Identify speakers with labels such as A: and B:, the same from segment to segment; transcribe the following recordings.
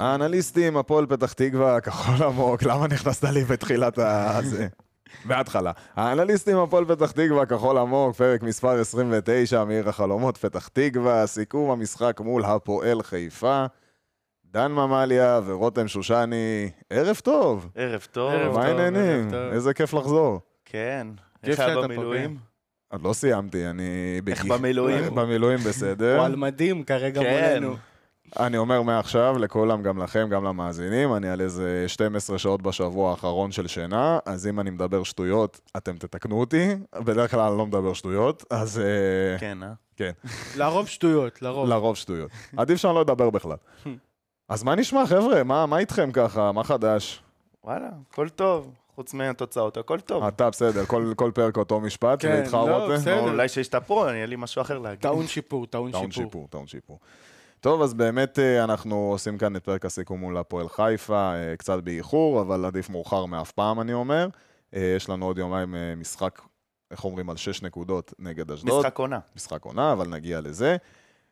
A: האנליסטים, הפועל פתח תקווה, כחול עמוק, למה נכנסת לי בתחילת ה... זה? בהתחלה. האנליסטים, הפועל פתח תקווה, כחול עמוק, פרק מספר 29, מעיר החלומות, פתח תקווה, סיכום המשחק מול הפועל חיפה. דן ממליה ורותם שושני, ערב טוב.
B: ערב טוב.
A: מה
C: ערב טוב,
A: העניינים?
C: ערב טוב.
A: איזה כיף לחזור.
B: כן.
C: כיף
B: איך היה
C: שאתה פה,
B: במילואים?
A: עוד לא סיימתי, אני...
B: איך
A: בגיח-
B: במילואים?
A: במילואים בסדר.
C: הוא על מדים כרגע
B: כן.
C: מולנו.
A: אני אומר מעכשיו לכולם, גם לכם, גם למאזינים, אני על איזה 12 שעות בשבוע האחרון של שינה, אז אם אני מדבר שטויות, אתם תתקנו אותי. בדרך כלל אני לא מדבר שטויות, אז אה,
B: כן, אה?
C: לרוב שטויות, לרוב.
A: לרוב שטויות. עדיף שאני לא אדבר בכלל. אז מה נשמע, חבר'ה? מה מה איתכם ככה? מה חדש?
B: וואלה, הכל טוב. חוץ מהתוצאות, הכל טוב.
C: אה,
A: אתה בסדר, כל כל פרק אותו משפט,
C: כן,
A: ואיתך
C: לא,
A: רותם?
C: בסדר.
B: נו, אולי שישתפרו, אני- יהיה לי משהו אחר להגיד.
C: טעון שיפור, טעון
A: טעון
C: שיפור.
A: שיפור, טעון שיפור. טוב, אז באמת אה, אנחנו עושים כאן את פרק הסיכום מול הפועל חיפה, אה, קצת באיחור, אבל עדיף מאוחר מאף פעם, אני אומר. אה, יש לנו עוד יומיים אה, משחק, איך אומרים, על שש נקודות נגד אשדוד.
B: משחק עונה.
A: משחק עונה, אבל נגיע לזה.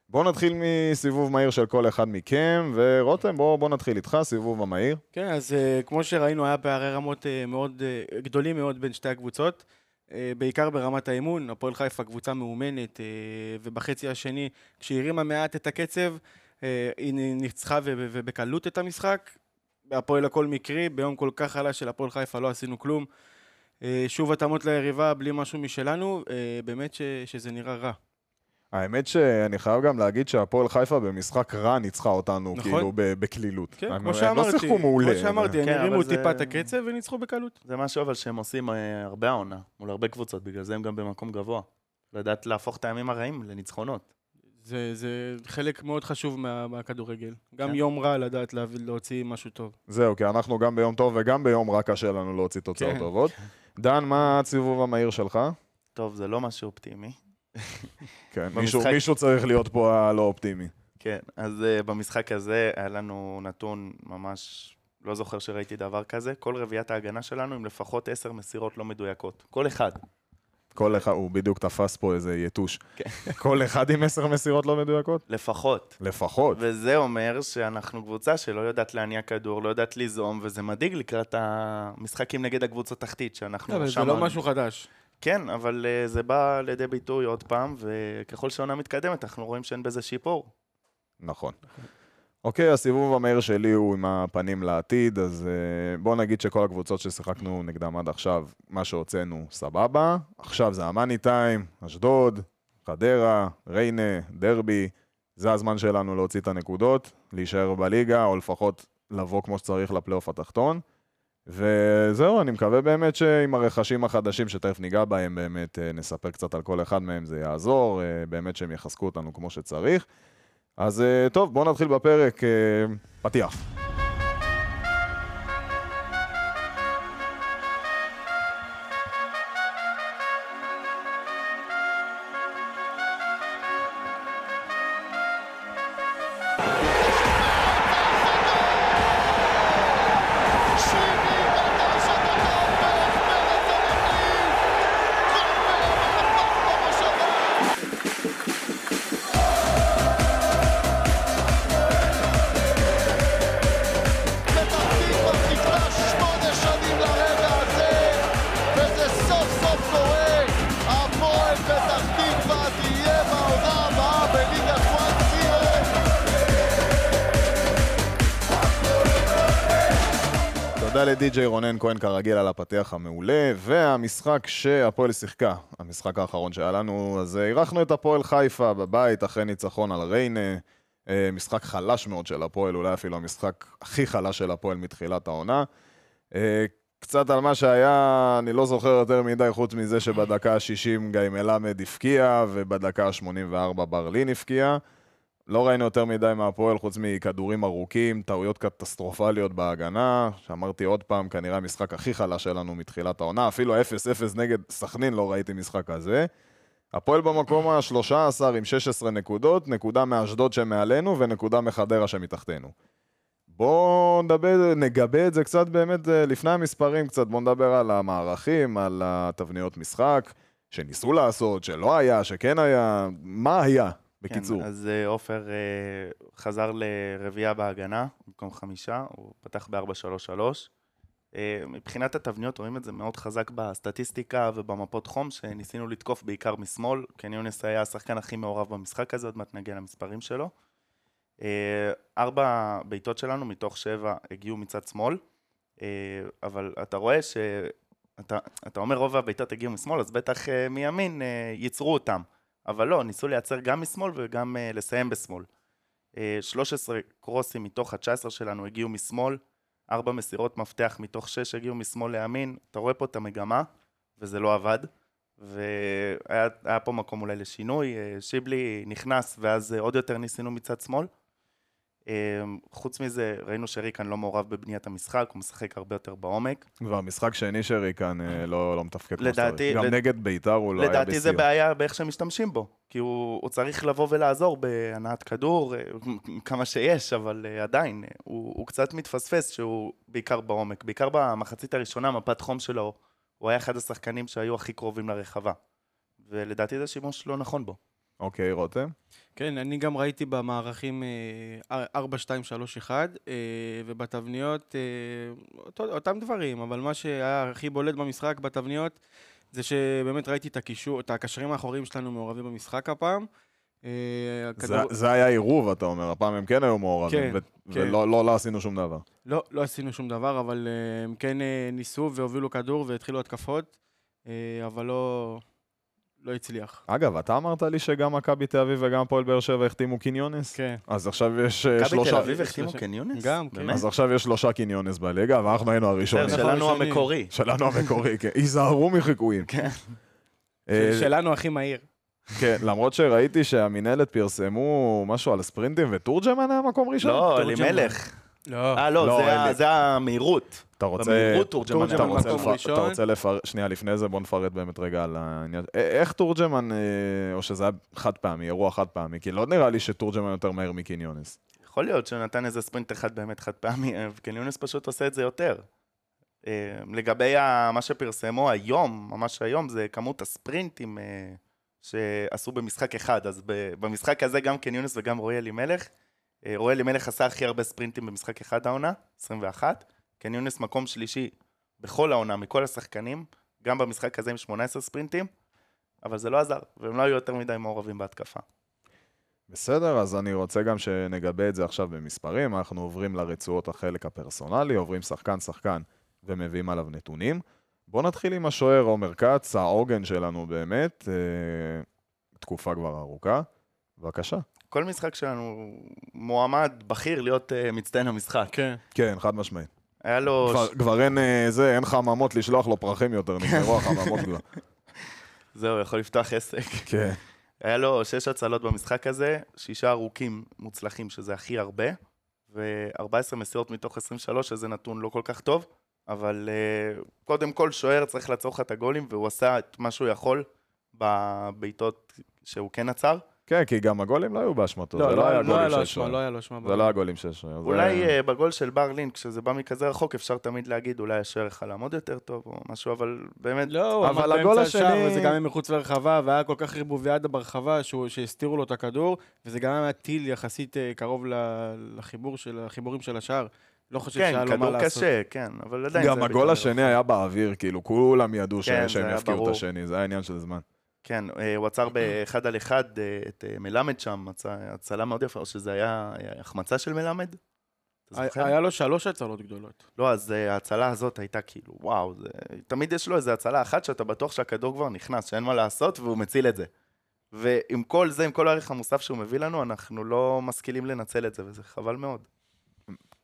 A: בואו נתחיל מסיבוב מהיר של כל אחד מכם, ורותם, בואו בוא נתחיל איתך, סיבוב המהיר.
C: כן, אז אה, כמו שראינו, היה פערי רמות אה, מאוד אה, גדולים מאוד בין שתי הקבוצות, אה, בעיקר ברמת האימון. הפועל חיפה קבוצה מאומנת, אה, ובחצי השני, כשהיא הרימה מעט את הקצב, אה, היא נ- ניצחה ו- ו- ובקלות את המשחק. הפועל הכל מקרי, ביום כל כך חלש של הפועל חיפה לא עשינו כלום. אה, שוב התאמות ליריבה בלי משהו משלנו, אה, באמת ש- שזה נראה רע.
A: האמת שאני חייב גם להגיד שהפועל חיפה במשחק רע ניצחה אותנו,
C: נכון.
A: כאילו, ב- בקלילות.
C: כן,
A: הם-
C: כמו שאמרתי,
A: הם לא שיחקו מעולה.
C: כמו שאמרתי, הם
B: כן,
C: הרימו
B: אבל זה-
C: טיפה את הקצב וניצחו בקלות.
B: זה משהו אבל שהם עושים אה, הרבה העונה, מול הרבה קבוצות, בגלל זה הם גם במקום גבוה. לדעת להפוך את הימים הרעים לניצחונות.
C: זה, זה חלק מאוד חשוב מה, מהכדורגל. גם
B: כן.
C: יום רע לדעת להביא, להוציא משהו טוב.
A: זהו, כי אנחנו גם ביום טוב וגם ביום רע קשה לנו להוציא תוצאות
C: כן.
A: טובות. דן, מה הסיבוב המהיר שלך?
B: טוב, זה לא משהו אופטימי.
A: כן,
B: במשחק-
A: מישהו, מישהו צריך להיות פה הלא אופטימי.
B: כן, אז אה, במשחק הזה היה לנו נתון ממש... לא זוכר שראיתי דבר כזה. כל רביעיית ההגנה שלנו עם לפחות עשר מסירות לא מדויקות. כל אחד.
A: כל אחד, הוא בדיוק תפס פה איזה יתוש.
B: כן.
A: כל אחד עם עשר מסירות לא מדויקות?
B: לפחות.
A: לפחות.
B: וזה אומר שאנחנו קבוצה שלא יודעת להניע כדור, לא יודעת ליזום, וזה מדאיג לקראת המשחקים נגד הקבוצות תחתית, שאנחנו
C: אבל זה
B: שם-
C: לא משהו חדש.
B: כן, אבל אה, זה בא לידי ביטוי עוד פעם, וככל שהעונה מתקדמת, אנחנו רואים שאין בזה שיפור.
A: נכון. אוקיי, הסיבוב המהיר שלי הוא עם הפנים לעתיד, אז אה, בוא נגיד שכל הקבוצות ששיחקנו נגדם עד עכשיו, מה שהוצאנו סבבה. עכשיו זה המאני טיים, אשדוד, חדרה, ריינה, דרבי. זה הזמן שלנו להוציא את הנקודות, להישאר בליגה, או לפחות לבוא כמו שצריך לפלייאוף התחתון. וזהו, אני מקווה באמת שעם הרכשים החדשים שתכף ניגע בהם, באמת אה, נספר קצת על כל אחד מהם, זה יעזור, אה, באמת שהם יחזקו אותנו כמו שצריך. אז אה, טוב, בואו נתחיל בפרק. אה, פתיח.
D: פתח תקווה תהיה בעונה הבאה בליגת וואן סירה
A: תודה לדי.ג'יי רונן כהן כרגיל על הפתיח המעולה, והמשחק שהפועל שיחקה, המשחק האחרון שהיה לנו, אז אה, אירחנו את הפועל חיפה בבית אחרי ניצחון על ריינה. אה, משחק חלש מאוד של הפועל, אולי אפילו המשחק הכי חלש של הפועל מתחילת העונה. אה, קצת על מה שהיה, אני לא זוכר יותר מדי, חוץ מזה שבדקה ה-60 גיא מלמד הפקיע, ובדקה ה-84 ברלין הפקיע. לא ראינו יותר מדי מהפועל, חוץ מכדורים ארוכים, טעויות קטסטרופליות בהגנה. שאמרתי עוד פעם, כנראה המשחק הכי חלש שלנו מתחילת העונה, אפילו 0-0 נגד סכנין לא ראיתי משחק כזה. הפועל במקום ה-13 עם 16 נקודות, נקודה מאשדוד שמעלינו ונקודה מחדרה שמתחתנו. בואו נדבר, נגבה את זה קצת באמת אה, לפני המספרים קצת, בואו נדבר על המערכים, על התבניות משחק, שניסו לעשות, שלא היה, שכן היה, מה היה, בקיצור.
B: כן, אז אה, עופר אה, חזר לרביעייה בהגנה, במקום חמישה, הוא פתח ב-4-3-3. אה, מבחינת התבניות רואים את זה מאוד חזק בסטטיסטיקה ובמפות חום, שניסינו לתקוף בעיקר משמאל, כי יונס היה השחקן הכי מעורב במשחק הזה, עוד מעט נגיע למספרים שלו. אה, ארבע בעיטות שלנו מתוך שבע הגיעו מצד שמאל, אה, אבל אתה רואה ש... אתה, אתה אומר רוב הבעיטות הגיעו משמאל, אז בטח אה, מימין אה, ייצרו אותם. אבל לא, ניסו לייצר גם משמאל וגם אה, לסיים בשמאל. אה, 13 קרוסים מתוך ה-19 שלנו הגיעו משמאל, 4 מסירות מפתח מתוך 6 הגיעו משמאל לימין. אתה רואה פה את המגמה, וזה לא עבד. והיה היה פה מקום אולי לשינוי, אה, שיבלי נכנס ואז אה, עוד יותר ניסינו מצד שמאל. אה, חוץ מזה, ראינו שריקן לא מעורב בבניית המשחק, הוא משחק הרבה יותר בעומק.
A: כבר משחק שני שרי כאן אה, לא לא מתפקד כמו
B: לדעתי-
A: שצריך. גם
B: לד-
A: נגד ביתר הוא לא היה בשיאו.
B: לדעתי זה בעיה באיך שמשתמשים בו, כי הוא, הוא צריך לבוא ולעזור בהנעת כדור, אה, כמה שיש, אבל אה, עדיין, אה, הוא, הוא קצת מתפספס שהוא בעיקר בעומק. בעיקר במחצית הראשונה, מפת חום שלו, הוא היה אחד השחקנים שהיו הכי קרובים לרחבה. ולדעתי זה שימוש לא נכון בו.
A: אוקיי, רותם.
C: כן, אני גם ראיתי במערכים אה, 4, 2, 3, 1, אה, ובתבניות, אה, אותו, אותם דברים, אבל מה שהיה הכי בולט במשחק בתבניות, זה שבאמת ראיתי את הקישור, את הקשרים האחוריים שלנו מעורבים במשחק הפעם. אה,
A: זה-
C: הכדור-
A: זה היה עירוב, אתה אומר. הפעם הם כן היו
C: כן,
A: מעורבים, ו-
C: כן.
A: ולא לא- לא עשינו שום דבר.
C: לא, לא עשינו שום דבר, אבל אה, הם כן אה, ניסו והובילו כדור והתחילו התקפות, אה, אבל לא, לא הצליח.
A: אגב, אתה אמרת לי שגם מכבי תל אביב וגם הפועל באר שבע החתימו קניונס?
C: כן.
A: אז עכשיו יש אה,
B: מכבי תל
A: שלושה...
B: אביב החתימו
C: שלושה-
B: קניונס?
C: גם, כן.
B: באמת? נכון.
A: אז עכשיו יש שלושה קניונס בליגה, ואנחנו היינו הראשונים.
C: בסדר,
B: שלנו
C: ראשונים.
B: המקורי.
A: שלנו המקורי, כן. היזהרו מחיקויים.
B: כן.
A: אה,
C: שלנו הכי מהיר.
A: כן, למרות שראיתי שהמינהלת פרסמו משהו על ספרינטים ותורג'מן היה מקום ראשון.
B: לא,
C: תורג'מן.
B: אלימלך.
C: לא.
B: אה, לא,
A: לא,
B: זה ה-
A: אלי.
B: זה המהירות.
A: אתה רוצה...
B: במהירות תורג'מן
A: אתה
B: היה
C: תורג'מן
A: רוצה,
C: מקום
A: לפר...
C: ראשון.
A: אתה רוצה לפר... שנייה, לפני זה בוא נפרט באמת רגע על העניין. א- איך תורג'מן, אה, או שזה היה חד פעמי, אירוע חד פעמי, כי לא נראה לי שתורג'מן יותר מהר מקניונס.
B: יכול להיות שהוא נתן איזה ספרינט אחד באמת חד פעמי, אה, וכן יונס פשוט עושה את זה יותר. אה, לגבי ה- מה שפרסמו היום, ממש היום, זה כמות הספרינטים אה, שעשו במשחק אחד, אז ב- במשחק הזה גם כן יונס וגם רועי אלימלך. אה, רועי אלימלך עשה הכי הרבה ספרינטים במשחק אחד העונה, 21. כן יונס מקום שלישי בכל העונה, מכל השחקנים, גם במשחק הזה עם 18 ספרינטים, אבל זה לא עזר, והם לא היו יותר מדי מעורבים בהתקפה.
A: בסדר, אז אני רוצה גם שנגבה את זה עכשיו במספרים. אנחנו עוברים לרצועות החלק הפרסונלי, עוברים שחקן-שחקן ומביאים עליו נתונים. בואו נתחיל עם השוער עומר כץ, העוגן שלנו באמת, אה, תקופה כבר ארוכה. בבקשה.
B: כל משחק שלנו מועמד בכיר להיות uh, מצטיין המשחק.
C: כן.
A: כן, חד משמעית.
B: היה לו...
A: כבר,
B: ש...
A: כבר אין אה, זה, אין חממות לשלוח לו פרחים יותר, נגמרו החממות כבר.
B: זהו, יכול לפתוח עסק.
A: כן.
B: היה לו שש הצלות במשחק הזה, שישה ארוכים מוצלחים, שזה הכי הרבה, ו-14 מסירות מתוך 23, שזה נתון לא כל כך טוב, אבל uh, קודם כל שוער צריך לעצור לך את הגולים, והוא עשה את מה שהוא יכול בבעיטות שהוא כן עצר.
A: כן, כי גם הגולים לא היו באשמתו, זה לא היה
C: לא היה
A: גולים
C: לו
A: של
C: אשמה, לא
A: שוער.
C: היה לו אשמה.
A: זה לא היה גולים של שוער. זה-
B: אולי אה, בגול של ברלין, כשזה בא מכזה רחוק, אפשר תמיד להגיד, אולי השוער יכל לעמוד יותר טוב או משהו, אבל באמת...
C: לא, הוא
A: אבל
C: עמד
A: הגול
C: באמצע השער,
A: השני-
C: וזה גם היה מחוץ לרחבה, והיה כל כך ריבוביאדה ברחבה שהוא- שהסתירו לו את הכדור, וזה גם היה טיל יחסית אה, קרוב ל- לחיבור של, לחיבורים של השער. לא חושב שהיה
B: כן,
C: לו מה
B: כדור
C: לעשות.
B: קשה, כן, אבל עדיין...
A: גם
B: זה
A: הגול
B: בית"ר.
A: השני היה באוויר, כאילו, כולם ידעו ש-
B: כן, זה
A: שהם
B: היה
A: יפקיעו
B: ברור.
A: את השני, זה היה עניין של זמן.
B: כן, אה, הוא עצר באחד על אחד אה, את אה, מלמד שם, הצ- הצלה מאוד יפה, או שזה היה אה, החמצה של מלמד? אתה
C: היה-
B: זוכר?
C: היה לו שלוש הצלות גדולות.
B: לא, אז אה, ההצלה הזאת הייתה כאילו, וואו, זה... תמיד יש לו איזו הצלה אחת שאתה בטוח שהכדור כבר נכנס, שאין מה לעשות, והוא מציל את זה. ועם כל זה, עם כל הערך המוסף שהוא מביא לנו, אנחנו לא משכילים לנצל את זה, וזה חבל מאוד.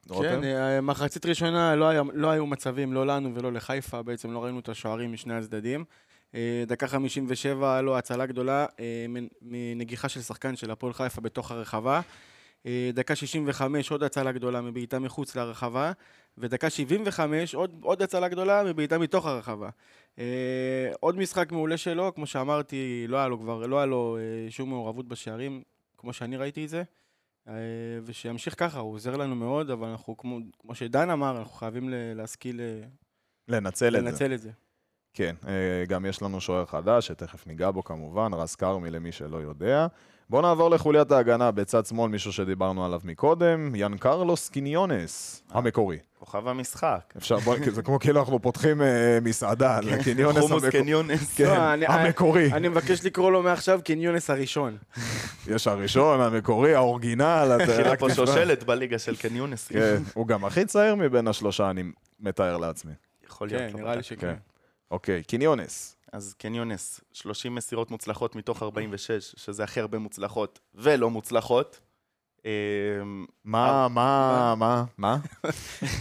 A: רותם?
C: כן, אה, מחצית ראשונה לא היה- לא היו מצבים, לא לנו ולא לחיפה, בעצם לא ראינו את השוערים משני הצדדים. אה, דקה 57 היה לו הצלה גדולה אה, מנ- מנגיחה של שחקן של הפועל חיפה בתוך הרחבה. אה, דקה 65 עוד הצלה גדולה מבעיטה מחוץ לרחבה, ודקה 75 עוד, עוד הצלה גדולה מבעיטה מתוך הרחבה. אה, עוד משחק מעולה שלו, כמו שאמרתי, לא היה לו כבר, לא היה לו אה, שום מעורבות בשערים, כמו שאני ראיתי את זה. אה, ושימשיך ככה, הוא עוזר לנו מאוד, אבל אנחנו, כמו, כמו שדן אמר, אנחנו חייבים ל- להשכיל אה,
A: לנצל את זה.
C: לנצל את זה.
A: כן, אה, גם יש לנו שוער חדש, שתכף ניגע בו כמובן, רז כרמי למי שלא יודע. בואו נעבור לחוליית ההגנה, בצד שמאל מישהו שדיברנו עליו מקודם, ינקרלוס קיניונס, המקורי.
B: כוכב המשחק.
A: אפשר, בוא, זה כמו כאילו אנחנו פותחים אה, מסעדה, לקיניונס
B: כן. חומוס
A: המקורי.
B: קניונס.
A: כן,
C: לא, אני-
A: המקורי.
C: אני מבקש לקרוא לו מעכשיו קניונס הראשון.
A: יש הראשון, המקורי, האורגינל, אתה
B: התחילה פה
A: תשמע.
B: שושלת בליגה של קניונס.
A: כן, הוא גם הכי צעיר מבין השלושה, אני מתאר לעצמי.
B: יכול להיות.
C: כן,
B: לא
C: נראה לי
B: בטוח.
C: שכן.
A: כן. אוקיי, קיניונס.
B: אז קניונס, 30 מסירות מוצלחות מתוך 46, שזה הכי הרבה מוצלחות ולא מוצלחות. אמ,
A: מה, מה, מה, מה?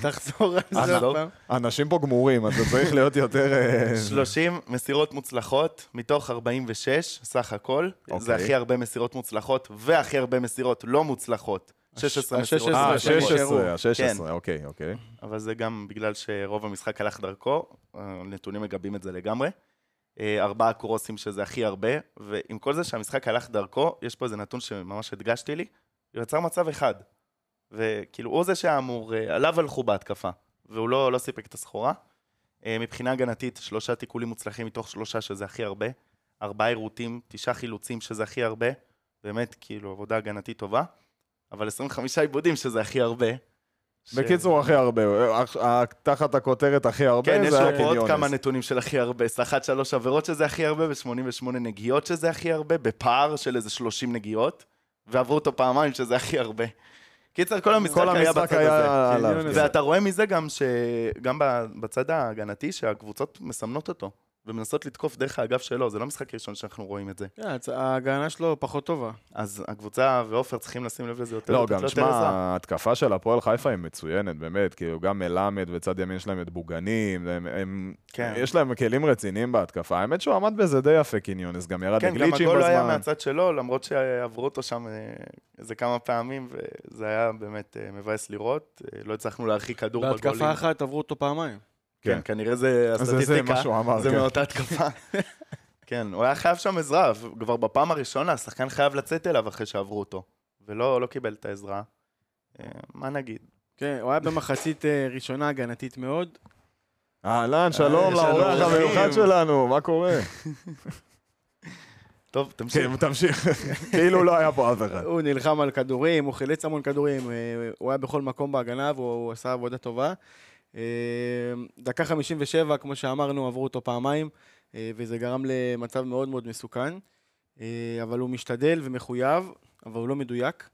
C: תחזור על
B: אה,
C: זה עוד
B: לא?
C: פעם.
A: אנשים פה גמורים, אתה צריך להיות יותר... אה,
B: 30 מסירות מוצלחות מתוך 46, סך הכל. זה
A: אוקיי.
B: הכי הרבה מסירות מוצלחות והכי הרבה מסירות לא מוצלחות. 16
C: ה-16
B: מסירות.
A: אה,
C: שלו.
A: 16,
B: כן.
A: ה-16, אוקיי, אוקיי.
B: אבל זה גם בגלל שרוב המשחק הלך דרכו, הנתונים מגבים את זה לגמרי. אה, ארבעה קרוסים שזה הכי הרבה, ועם כל זה שהמשחק הלך דרכו, יש פה איזה נתון שממש הדגשתי לי, הוא יצר מצב אחד. וכאילו, הוא זה שהיה אמור, אה, עליו הלכו בהתקפה, והוא לא, לא סיפק את הסחורה. אה, מבחינה הגנתית, שלושה תיקולים מוצלחים מתוך שלושה, שזה הכי הרבה. ארבעה עירותים, תשעה חילוצים, שזה הכי הרבה. באמת, כאילו, עבודה הגנתית טובה. אבל 25 עיבודים, שזה הכי הרבה. ש-
A: בקיצור, הכי הרבה, אה, אה, תחת הכותרת הכי הרבה,
B: כן, יש
A: זה
B: לו
A: היה
B: פה עוד
A: קיניונס.
B: כמה נתונים של הכי הרבה. סחט שלוש עבירות שזה הכי הרבה, ו-88 נגיעות שזה הכי הרבה, בפער של איזה 30 נגיעות, ועברו אותו פעמיים שזה הכי הרבה. קיצר, כל המשחק
A: כל
B: היה
A: המשחק
B: בצד
A: היה
B: הזה.
A: עליו.
C: קיניונס.
A: כן.
B: ואתה רואה מזה גם ש... גם ב- בצד ההגנתי, שהקבוצות מסמנות אותו, ומנסות לתקוף דרך האגף שלו, זה לא משחק ראשון שאנחנו רואים את זה.
C: כן, הצ- ההגנה שלו פחות טובה.
B: אז הקבוצה ועופר צריכים לשים לב לזה יותר.
A: לא,
B: לתת
A: גם
B: לו יותר
A: שמע,
B: עזרה.
A: ההתקפה של הפועל חיפה היא מצוינת, באמת, כאילו גם מלמד וצד ימין שלהם את בוגנים, הם, הם,
B: כן.
A: יש להם כלים רציניים בהתקפה, האמת שהוא עמד בזה די יפה קיניונס, גם ירד
B: כן, גם
A: לגליצ'ים
B: הגול לא היה
A: בזמן.
B: מהצד שלו, למרות שעברו אותו שם אה, איזה כמה פעמים, וזה היה באמת אה, מבאס לראות. אה, לא הצלחנו להרחיק כדור בגולים.
C: בהתקפה אחת עברו אותו פעמיים.
B: כן, כנראה זה
A: אז זה-
B: הסטטיסטיקה.
A: זה מה שהוא אמר,
B: זה
A: כן.
B: מאותה התקפה. כן, הוא היה חייב שם עזרה, כבר בפעם הראשונה השחקן חייב לצאת אליו אחרי שעברו אותו. ולא לא קיבל את העזרה. אה, מה נגיד?
C: כן, הוא היה במחצית אה, ראשונה הגנתית מאוד.
B: אה,
A: אהלן, שלום
B: יש לנו
A: לאורח
B: אורחים.
A: המיוחד שלנו, מה קורה?
B: טוב, תמשיך.
A: כן, תמשיך, כאילו לא היה פה אף אחד.
C: הוא נלחם על כדורים, הוא חילץ המון כדורים, אה, הוא היה בכל מקום בהגנה והוא הוא עשה עבודה טובה. אה, דקה 57, כמו שאמרנו, עברו אותו פעמיים, אה, וזה גרם למצב מאוד מאוד מסוכן. אה, אבל הוא משתדל ומחויב, אבל הוא לא מדויק.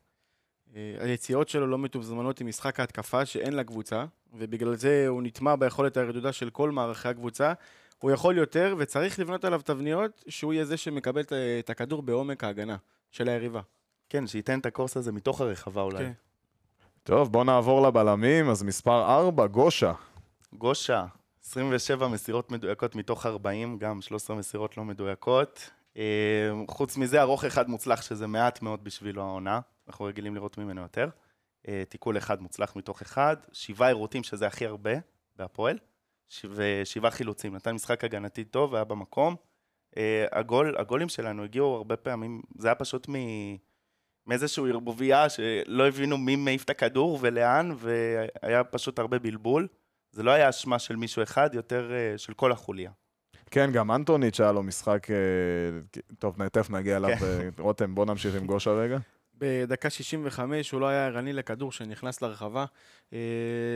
C: אה, היציאות שלו לא מתוזמנות עם משחק ההתקפה שאין לקבוצה, ובגלל זה הוא נטמע ביכולת הרדודה של כל מערכי הקבוצה. הוא יכול יותר, וצריך לבנות עליו תבניות שהוא יהיה זה שמקבל את- את הכדור בעומק ההגנה של היריבה.
B: כן, שייתן את הקורס הזה מתוך הרחבה אולי.
C: כן.
A: טוב, בואו נעבור לבלמים, אז מספר 4, גושה.
B: גושה, 27 מסירות מדויקות מתוך 40, גם 13 מסירות לא מדויקות. אה, חוץ מזה, ארוך אחד מוצלח, שזה מעט מאוד בשבילו העונה, אנחנו רגילים לראות ממנו יותר. אה, תיקול אחד מוצלח מתוך אחד, שבעה עירותים, שזה הכי הרבה בהפועל, ש- ושבעה חילוצים. נתן משחק הגנתי טוב, היה במקום. אה, הגול, הגולים שלנו הגיעו הרבה פעמים, זה היה פשוט מ... מאיזשהו ערבוביה שלא הבינו מי מעיף את הכדור ולאן, והיה פשוט הרבה בלבול. זה לא היה אשמה של מישהו אחד, יותר אה, של כל החוליה.
A: כן, גם אנטוניץ' היה לו משחק... אה, טוב, תכף נגיע אליו.
B: כן.
A: אה, רותם, בוא נמשיך עם גושה רגע.
C: בדקה 65 הוא לא היה ערני לכדור שנכנס לרחבה, אה,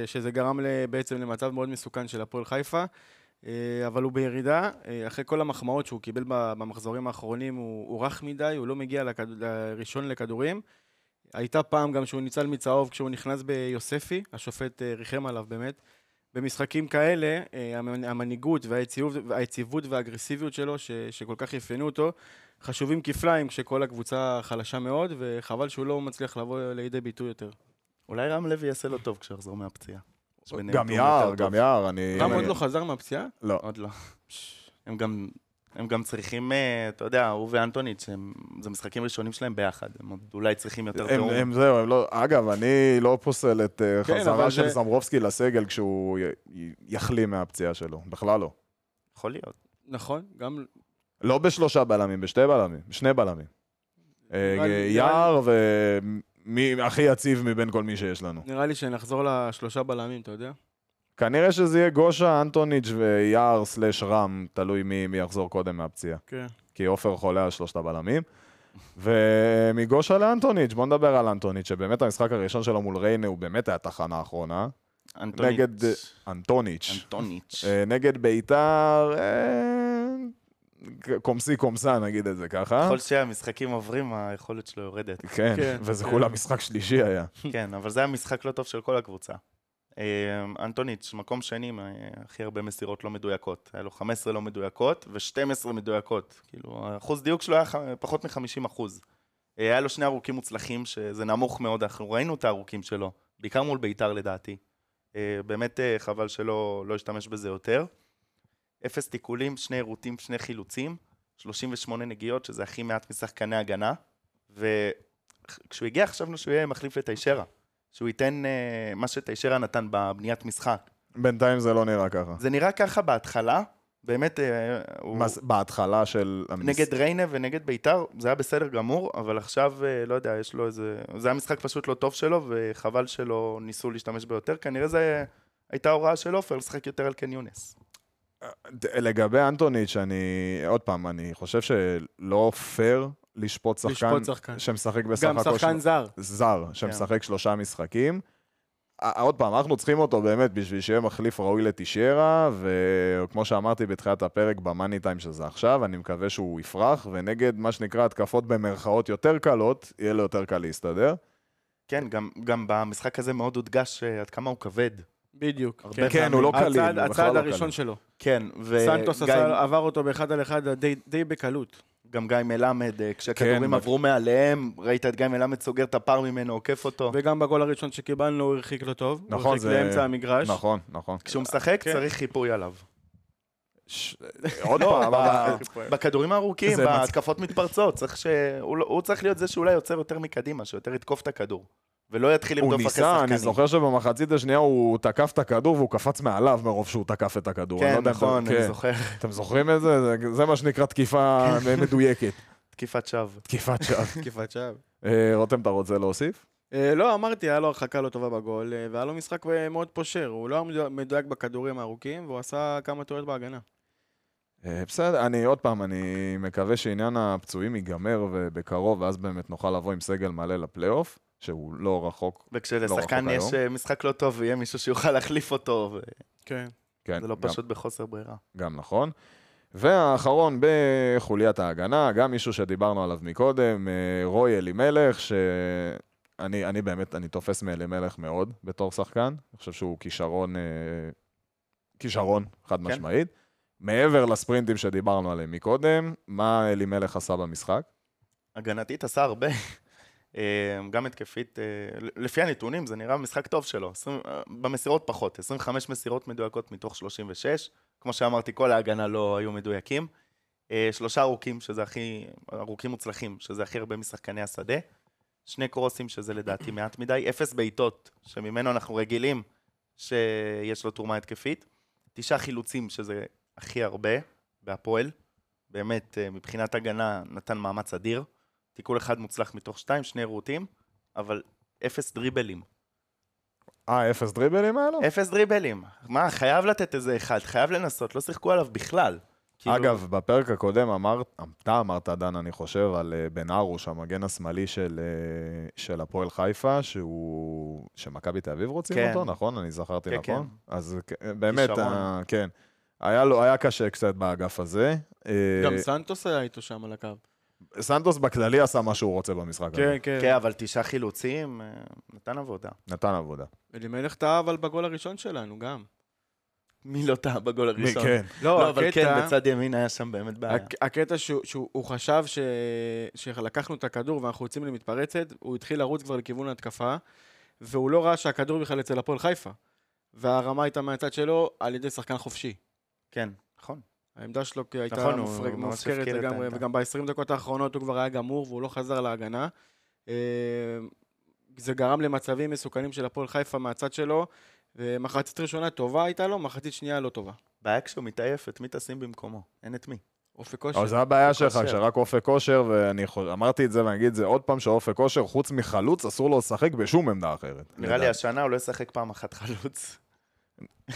C: שזה גרם ל- בעצם למצב מאוד מסוכן של הפועל חיפה, אה, אבל הוא בירידה, אה, אחרי כל המחמאות שהוא קיבל ב- במחזורים האחרונים, הוא, הוא רך מדי, הוא לא מגיע לכד... ראשון לכדורים. הייתה פעם גם שהוא ניצל מצהוב כשהוא נכנס ביוספי, השופט אה, ריחם עליו באמת. במשחקים כאלה, אה, המנ- המנהיגות והיציבות, והיציבות והאגרסיביות שלו, ש, שכל כך אפיינו אותו, חשובים כפליים כשכל הקבוצה חלשה מאוד, וחבל שהוא לא מצליח לבוא לידי ביטוי יותר.
B: אולי רם לוי יעשה לו טוב כשהחזור מהפציעה. יש ביניהם
A: גם
B: תיאום
A: יער,
B: יותר טוב.
A: גם יער, אני...
C: רם עוד
A: אני-
C: לא חזר מהפציעה?
A: לא.
B: עוד לא. הם גם, הם גם צריכים, אה, אתה יודע, הוא ואנטוניץ', הם- זה משחקים ראשונים שלהם ביחד. הם עוד אולי צריכים יותר
A: הם,
B: תיאום.
A: הם זהו, הם לא... אגב, אני לא פוסל את אה,
C: כן,
A: חזרה
C: אבל
A: של
C: זה-
A: זמרובסקי לסגל כשהוא י... י- יחלים מהפציעה שלו, בכלל לא.
B: יכול להיות.
C: נכון, גם...
A: לא בשלושה בלמים, בשתי בלמים, שני בלמים. אה,
C: נראה לי-
A: יער ומי הכי יציב מבין כל מי שיש לנו.
C: נראה לי שנחזור לשלושה בלמים, אתה יודע?
A: כנראה שזה יהיה גושה, אנטוניץ' ויער סלאש רם, תלוי מי, מי יחזור קודם מהפציעה.
C: כן.
A: כי עופר חולה על שלושת הבלמים. ומגושה לאנטוניץ', בוא נדבר על אנטוניץ', שבאמת המשחק הראשון שלו מול ריינה הוא באמת היה תחנה האחרונה.
B: אנטוניץ'.
A: נגד, אה, אנטוניץ'.
B: אנטוניץ'.
A: אה, נגד ביתר, אה, קומסי קומסה נגיד את זה ככה.
B: ככל שהמשחקים עוברים, היכולת שלו יורדת.
A: כן,
C: כן,
A: וזה
C: כן.
A: כולה משחק שלישי היה.
B: כן, אבל זה היה משחק לא טוב של כל הקבוצה. אה, אנטוניץ', מקום שני, עם, אה, הכי הרבה מסירות לא מדויקות. היה לו 15 לא מדויקות ו-12 מדויקות. כאילו, האחוז דיוק שלו היה ח- פחות מ-50 אחוז. אה, היה לו שני ארוכים מוצלחים, שזה נמוך מאוד, אנחנו ראינו את הארוכים שלו, בעיקר מול ביתר לדעתי. אה, באמת אה, חבל שלא לא השתמש בזה יותר. אפס תיקולים, שני עירותים, שני חילוצים, 38 נגיעות, שזה הכי מעט משחקני הגנה, וכשהוא הגיע חשבנו שהוא יהיה מחליף לטיישרה, שהוא ייתן אה, מה שטיישרה נתן בבניית משחק.
A: בינתיים זה לא נראה ככה.
B: זה נראה ככה בהתחלה, באמת, אה, הוא...
A: מה זה- בהתחלה של... המס-
B: נגד ריינה ונגד ביתר, זה היה בסדר גמור, אבל עכשיו, אה, לא יודע, יש לו איזה... זה היה משחק פשוט לא טוב שלו, וחבל שלא ניסו להשתמש בו יותר. כנראה זה הייתה הוראה של עופר לשחק יותר על קן יונס.
A: לגבי אנטוניץ', אני... עוד פעם, אני חושב שלא פייר לשפוט שחקן...
C: לשפוט שחקן.
A: שמשחק בסך
C: גם
A: הכל...
C: שחקן
A: של-
C: זר.
A: זר,
B: כן.
A: שמשחק שלושה משחקים. א- עוד פעם, אנחנו צריכים אותו באמת בשביל שיהיה מחליף ראוי לטישרה, וכמו שאמרתי בתחילת הפרק במאני טיים שזה עכשיו, אני מקווה שהוא יפרח, ונגד מה שנקרא התקפות במרכאות יותר קלות, יהיה לו יותר קל להסתדר.
B: כן, גם, גם במשחק הזה מאוד הודגש אה, עד כמה הוא כבד.
C: בדיוק.
B: הרבה
C: כן. אה,
A: כן, הוא לא
C: הצעד-
A: קליל, הוא בכלל
C: הצעד
A: לא
C: הראשון
A: קליל.
C: שלו.
B: כן,
C: סנטוס
B: וגם-
C: עשה- עבר אותו באחד על אחד די- די בקלות.
B: גם גיא מלמד, אה,
A: כן,
B: כשהכדורים
A: ב-
B: עברו מעליהם, ראית את גיא מלמד סוגר את הפער ממנו, עוקף אותו.
C: וגם בגול הראשון שקיבלנו הוא הרחיק לא טוב.
A: נכון,
C: הוא הרחיק
A: זה-
C: לאמצע המגרש.
A: נכון, נכון.
B: כשהוא משחק
C: כן.
B: צריך חיפוי עליו.
A: ש- אה, עוד פעם, אבל-
B: בכדורים הארוכים,
A: זה מצ-
B: בהתקפות מתפרצות, צריך ש... הוא לא- הוא צריך להיות זה שאולי יוצר יותר מקדימה, שיותר יתקוף את הכדור. ולא יתחיל
A: הוא
B: לרדוף אחרי שחקנים.
A: ניסה, אני זוכר שבמחצית השנייה הוא תקף את הכדור והוא קפץ מעליו מרוב שהוא תקף את הכדור. אני לא
B: כן,
A: יודע אם אתם-
B: נכון,
A: כן.
B: אני זוכר.
A: אתם זוכרים את זה? זה- זה מה שנקרא תקיפה מדויקת.
B: כן. תקיפת שווא.
A: תקיפת שווא.
C: תקיפת שווא.
A: אה, רותם, אתה רוצה להוסיף?
C: אה, לא, אמרתי, היה לו הרחקה לא טובה בגול, אה, והיה לו משחק אה, מאוד פושר. הוא לא היה מדו- מדויק בכדורים הארוכים, והוא עשה כמה טעויות בהגנה.
A: אה, בסדר, אני עוד פעם, אני מקווה שעניין הפצועים ייגמר ובקרוב, ואז באמת נוכל לבוא עם סגל מלא לפלייאוף, שהוא לא רחוק.
B: וכשלשחקן
A: רחוק
B: יש
A: היום.
B: אה, משחק לא טוב, יהיה מישהו שיוכל להחליף אותו,
C: כן.
A: כן,
B: וזה לא
A: גם-
B: פשוט בחוסר ברירה.
A: גם נכון. והאחרון בחוליית ההגנה, גם מישהו שדיברנו עליו מקודם, אה, רוי אלימלך, שאני אני באמת, אני תופס מאלימלך מאוד בתור שחקן. אני חושב שהוא כישרון, אה, כישרון חד כן. משמעית. מעבר לספרינטים שדיברנו עליהם מקודם, מה אלימלך עשה במשחק?
B: הגנתית עשה הרבה. אה, גם התקפית, אה, לפי הנתונים זה נראה משחק טוב שלו, 20, אה, במסירות פחות, 25 מסירות מדויקות מתוך 36, כמו שאמרתי כל ההגנה לא היו מדויקים, אה, שלושה ארוכים שזה הכי, ארוכים מוצלחים, שזה הכי הרבה משחקני השדה, שני קרוסים שזה לדעתי מעט מדי, אפס בעיטות, שממנו אנחנו רגילים שיש לו תרומה התקפית, תשעה חילוצים שזה הכי הרבה בהפועל, באמת אה, מבחינת הגנה נתן מאמץ אדיר. תיקול אחד מוצלח מתוך שתיים, שני רוטים, אבל אפס דריבלים.
A: אה, אפס דריבלים היה לו?
B: אפס דריבלים. מה, חייב לתת איזה אחד, חייב לנסות, לא שיחקו עליו בכלל. כאילו,
A: אגב, בפרק הקודם אמרת, אתה אמרת, דן, אני חושב, על אה, בן ארוש, המגן השמאלי של, אה, של הפועל חיפה, שהוא... שמכבי תל אביב רוצים
B: כן.
A: אותו, נכון? אני זכרתי
B: כן,
A: נכון? אז כ- באמת,
B: כישרון.
A: אה, כן. היה לו, היה קשה קצת באגף הזה. אה,
C: גם סנטוס היה איתו שם על הקו.
A: סנטוס בכללי עשה מה שהוא רוצה במשחק הזה.
B: כן, אבל תשעה חילוצים, אה, נתן עבודה.
A: נתן עבודה.
C: אלימלך טעה אבל בגול הראשון שלנו גם.
B: מי לא טעה בגול הראשון?
A: כן.
B: לא, אבל כן, בצד ימין היה שם באמת בעיה.
C: הק- הקטע שהוא- שהוא הוא חשב ש... שלקחנו את הכדור ואנחנו יוצאים למתפרצת, הוא התחיל לרוץ כבר לכיוון ההתקפה, והוא לא ראה שהכדור בכלל אצל הפועל חיפה. והרמה הייתה מהצד שלו על ידי שחקן חופשי.
B: כן, נכון.
C: העמדה שלו הייתה
B: נכון,
C: נכון,
B: הוא
C: מופרג,
B: ממש
C: מופקרת
B: הפקיר את
C: לגמרי,
B: העמדה.
C: וגם ב-20 דקות האחרונות הוא כבר היה גמור והוא לא חזר להגנה. אה, זה גרם למצבים מסוכנים של הפועל חיפה מהצד שלו, ומחצית ראשונה טובה הייתה לו, מחצית שנייה לא טובה.
B: בעיה כשהוא מתעייף, את מי תשים במקומו? אין את מי.
C: אופק כושר.
A: אבל זו הבעיה שלך,
B: כושר.
A: שרק אופק כושר, ואני חו- אמרתי את זה ואני אגיד את זה עוד פעם, שאופק כושר, חוץ מחלוץ, אסור לו לשחק בשום עמדה אחרת.
B: נראה לי השנה הוא לא ישחק פעם אחת חלוץ.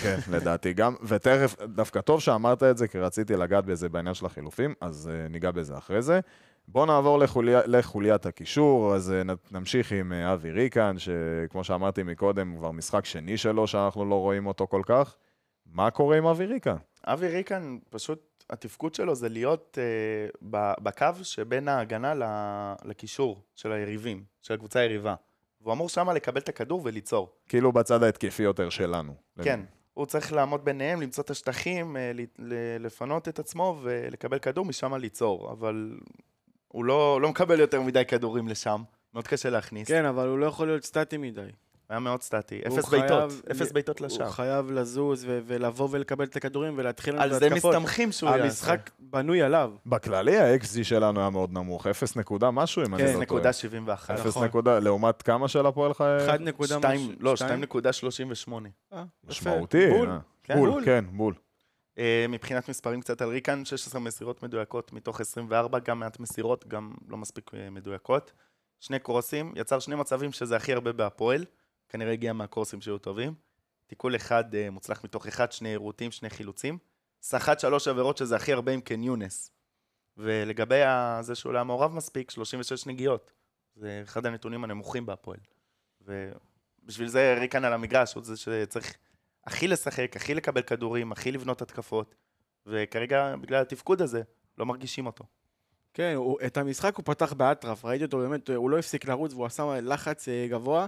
A: כן, לדעתי גם, ותכף, דווקא טוב שאמרת את זה, כי רציתי לגעת בזה בעניין של החילופים, אז uh, ניגע בזה אחרי זה. בואו נעבור לחוליה, לחוליית הקישור, אז uh, נ- נמשיך עם uh, אבי ריקן, שכמו שאמרתי מקודם, הוא כבר משחק שני שלו שאנחנו לא רואים אותו כל כך. מה קורה עם אבי ריקן?
B: אבי ריקן, פשוט התפקוד שלו זה להיות אה, ב- בקו שבין ההגנה ל- לקישור של היריבים, של הקבוצה היריבה. והוא אמור שמה לקבל את הכדור וליצור.
A: כאילו בצד ההתקפי יותר שלנו.
B: כן, הוא צריך לעמוד ביניהם, למצוא את השטחים, אה, ל- ל- לפנות את עצמו ולקבל כדור, משם ליצור. אבל הוא לא, לא מקבל יותר מדי כדורים לשם, מאוד קשה להכניס.
C: כן, אבל הוא לא יכול להיות סטטי מדי.
B: היה מאוד סטטי,
C: הוא
B: אפס
C: חייב
B: בעיטות,
C: ל-
B: אפס בעיטות
C: הוא
B: לשער.
C: חייב לזוז ו- ולבוא ולקבל את הכדורים ולהתחיל לנו את
B: על זה
C: ההתקפות.
B: מסתמכים שהוא יעשה.
C: המשחק בנוי עליו.
A: בכללי ה-XG שלנו היה מאוד נמוך, 0 נקודה משהו, אם אני
C: כן,
A: לא טועה.
B: 0.71.
A: 0
C: נכון.
A: נקודה, לעומת כמה של הפועל חיפה?
C: 1 נקודה...
B: שתיים- לא,
C: שתיים?
B: 2.38.
C: אה, יפה.
A: משמעותי.
C: בול.
A: אה.
B: כן,
A: בול,
B: בול.
A: כן, בול.
B: אה, מבחינת מספרים קצת על ריקן, 16 מסירות מדויקות מתוך 24, גם מעט מסירות, גם לא מספיק אה, מדויקות. שני קורסים, יצר שני מצבים שזה הכי הרבה בהפועל, כנראה הגיע מהקורסים שהיו טובים. תיקול אחד אה, מוצלח מתוך אחד, שני עירותים, שני חילוצים. סחט שלוש עבירות שזה הכי הרבה עם קן יונס. ולגבי ה- זה שהוא לא היה מעורב מספיק, 36 נגיעות. זה אחד הנתונים הנמוכים בהפועל. ובשביל זה ריקן על המגרש, הוא זה שצריך הכי לשחק, הכי לקבל כדורים, הכי לבנות התקפות, וכרגע, בגלל התפקוד הזה, לא מרגישים אותו.
C: כן, הוא, את המשחק הוא פתח באטרף, ראיתי אותו באמת, הוא לא הפסיק לרוץ והוא עשה לחץ אה, גבוה.